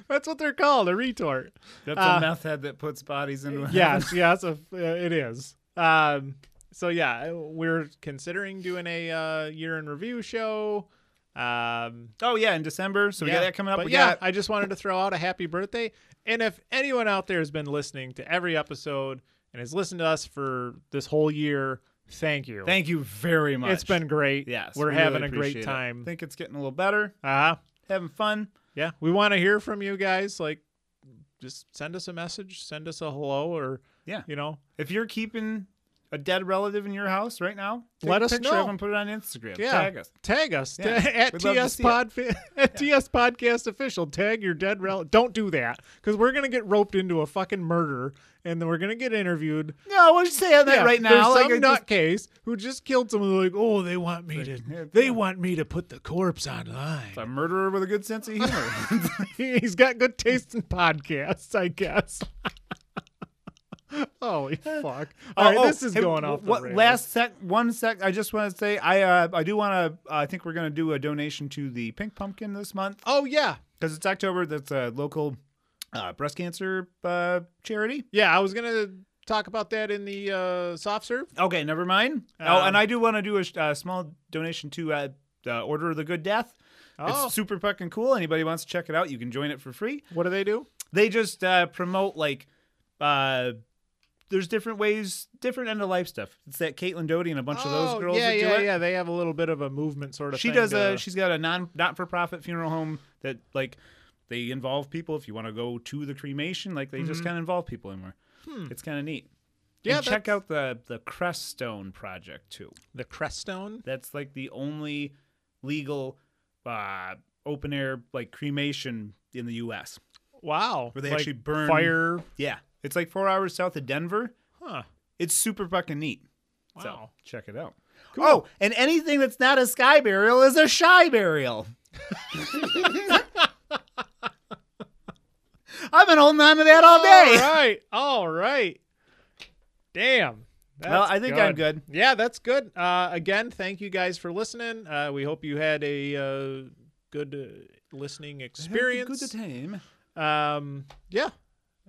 That's what they're called, a retort. Uh,
a meth head that puts bodies *laughs* into.
yes, yes, if- uh, it is. Um, so yeah, we're considering doing a uh, year in review show. Um,
Oh yeah, in December. So we
yeah,
got that coming up.
But
we
yeah,
got
I just wanted to throw out a happy birthday. And if anyone out there has been listening to every episode and has listened to us for this whole year, thank you.
Thank you very much.
It's been great.
Yes,
we're
we
having
really
a
appreciate
great
it.
time.
Think it's getting a little better.
Uh-huh.
Having fun.
Yeah, we want to hear from you guys. Like, just send us a message, send us a hello, or
Yeah.
you know,
If you're keeping a dead relative in your house right now, take
Let
a
us
picture
know.
of and put it on Instagram.
Yeah.
Tag us.
Tag us
Yeah,
Ta- *laughs* at
we'd love to
TS
see
Pod *laughs* at TS Podcast Official. Tag your dead relative. Don't do that because we're gonna get roped into a fucking murder, and then we're gonna get interviewed.
No, we're saying that
Yeah,
right now.
There's
like,
some
I just-
nutcase who just killed someone. Like, oh, they want me
yeah,
to. They want me to put the corpse online.
a murderer with a good sense of humor.
*laughs*
*laughs*
He's got good taste in podcasts, I guess. *laughs* Holy fuck! *laughs* All right,
Oh, oh,
this is
hey,
going off the
What,
rails.
last sec, one sec. I just want to say, I uh, I do want to. Uh, I think we're going to do a donation to the Pink Pumpkin this month
Oh yeah,
because it's October. That's a local uh, breast cancer uh, charity.
yeah. I was gonna talk about that in the uh, soft serve.
Okay, never mind. oh,
Um,
and I do want to do a sh- uh, small donation to uh, uh, Order of the Good Death.
Oh.
It's super fucking cool. Anybody wants to check it out, you can join it for free.
What do they do?
They just uh, promote like uh, there's different ways, different end of life stuff. It's that Caitlin Doty and a bunch of those girls
Oh, Yeah,
that
yeah,
do it.
yeah. They have a little bit of a movement sort of.
She
thing
does
to-
a. She's got a non not for profit funeral home that like they involve people. If you want to go to the cremation, like they just kind of involve people in more. It's kind of neat.
Mm-hmm. Hmm. Yeah,
and check out the the Creststone project too.
the Creststone.
That's like the only legal uh, open air like cremation in the U.S.
Wow,
Where they
Like
actually burn-
fire.
Yeah, it's like four hours south of Denver.
Huh.
It's super fucking neat.
Wow.
So check it out. Oh, and anything that's not a sky burial is a shy burial. *laughs* I've been holding on to that all
All
day.
right,
*laughs*
all right. Damn.
Well, I think I'm good.
Yeah, that's good. Uh, again, thank you guys for listening. Uh, we hope you had a uh, good uh, listening experience.
time.
Um, yeah.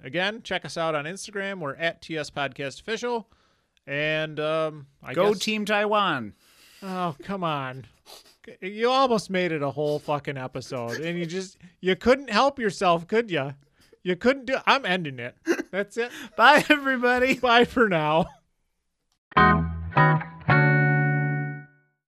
Again, check us out on Instagram. We're at TS Podcast Official. And um, I
Go
guess,
Team Taiwan.
Oh, come on. You almost made it a whole fucking episode and you just you couldn't help yourself, could you? You couldn't do I'm ending it. That's it.
Bye, everybody.
Bye for now.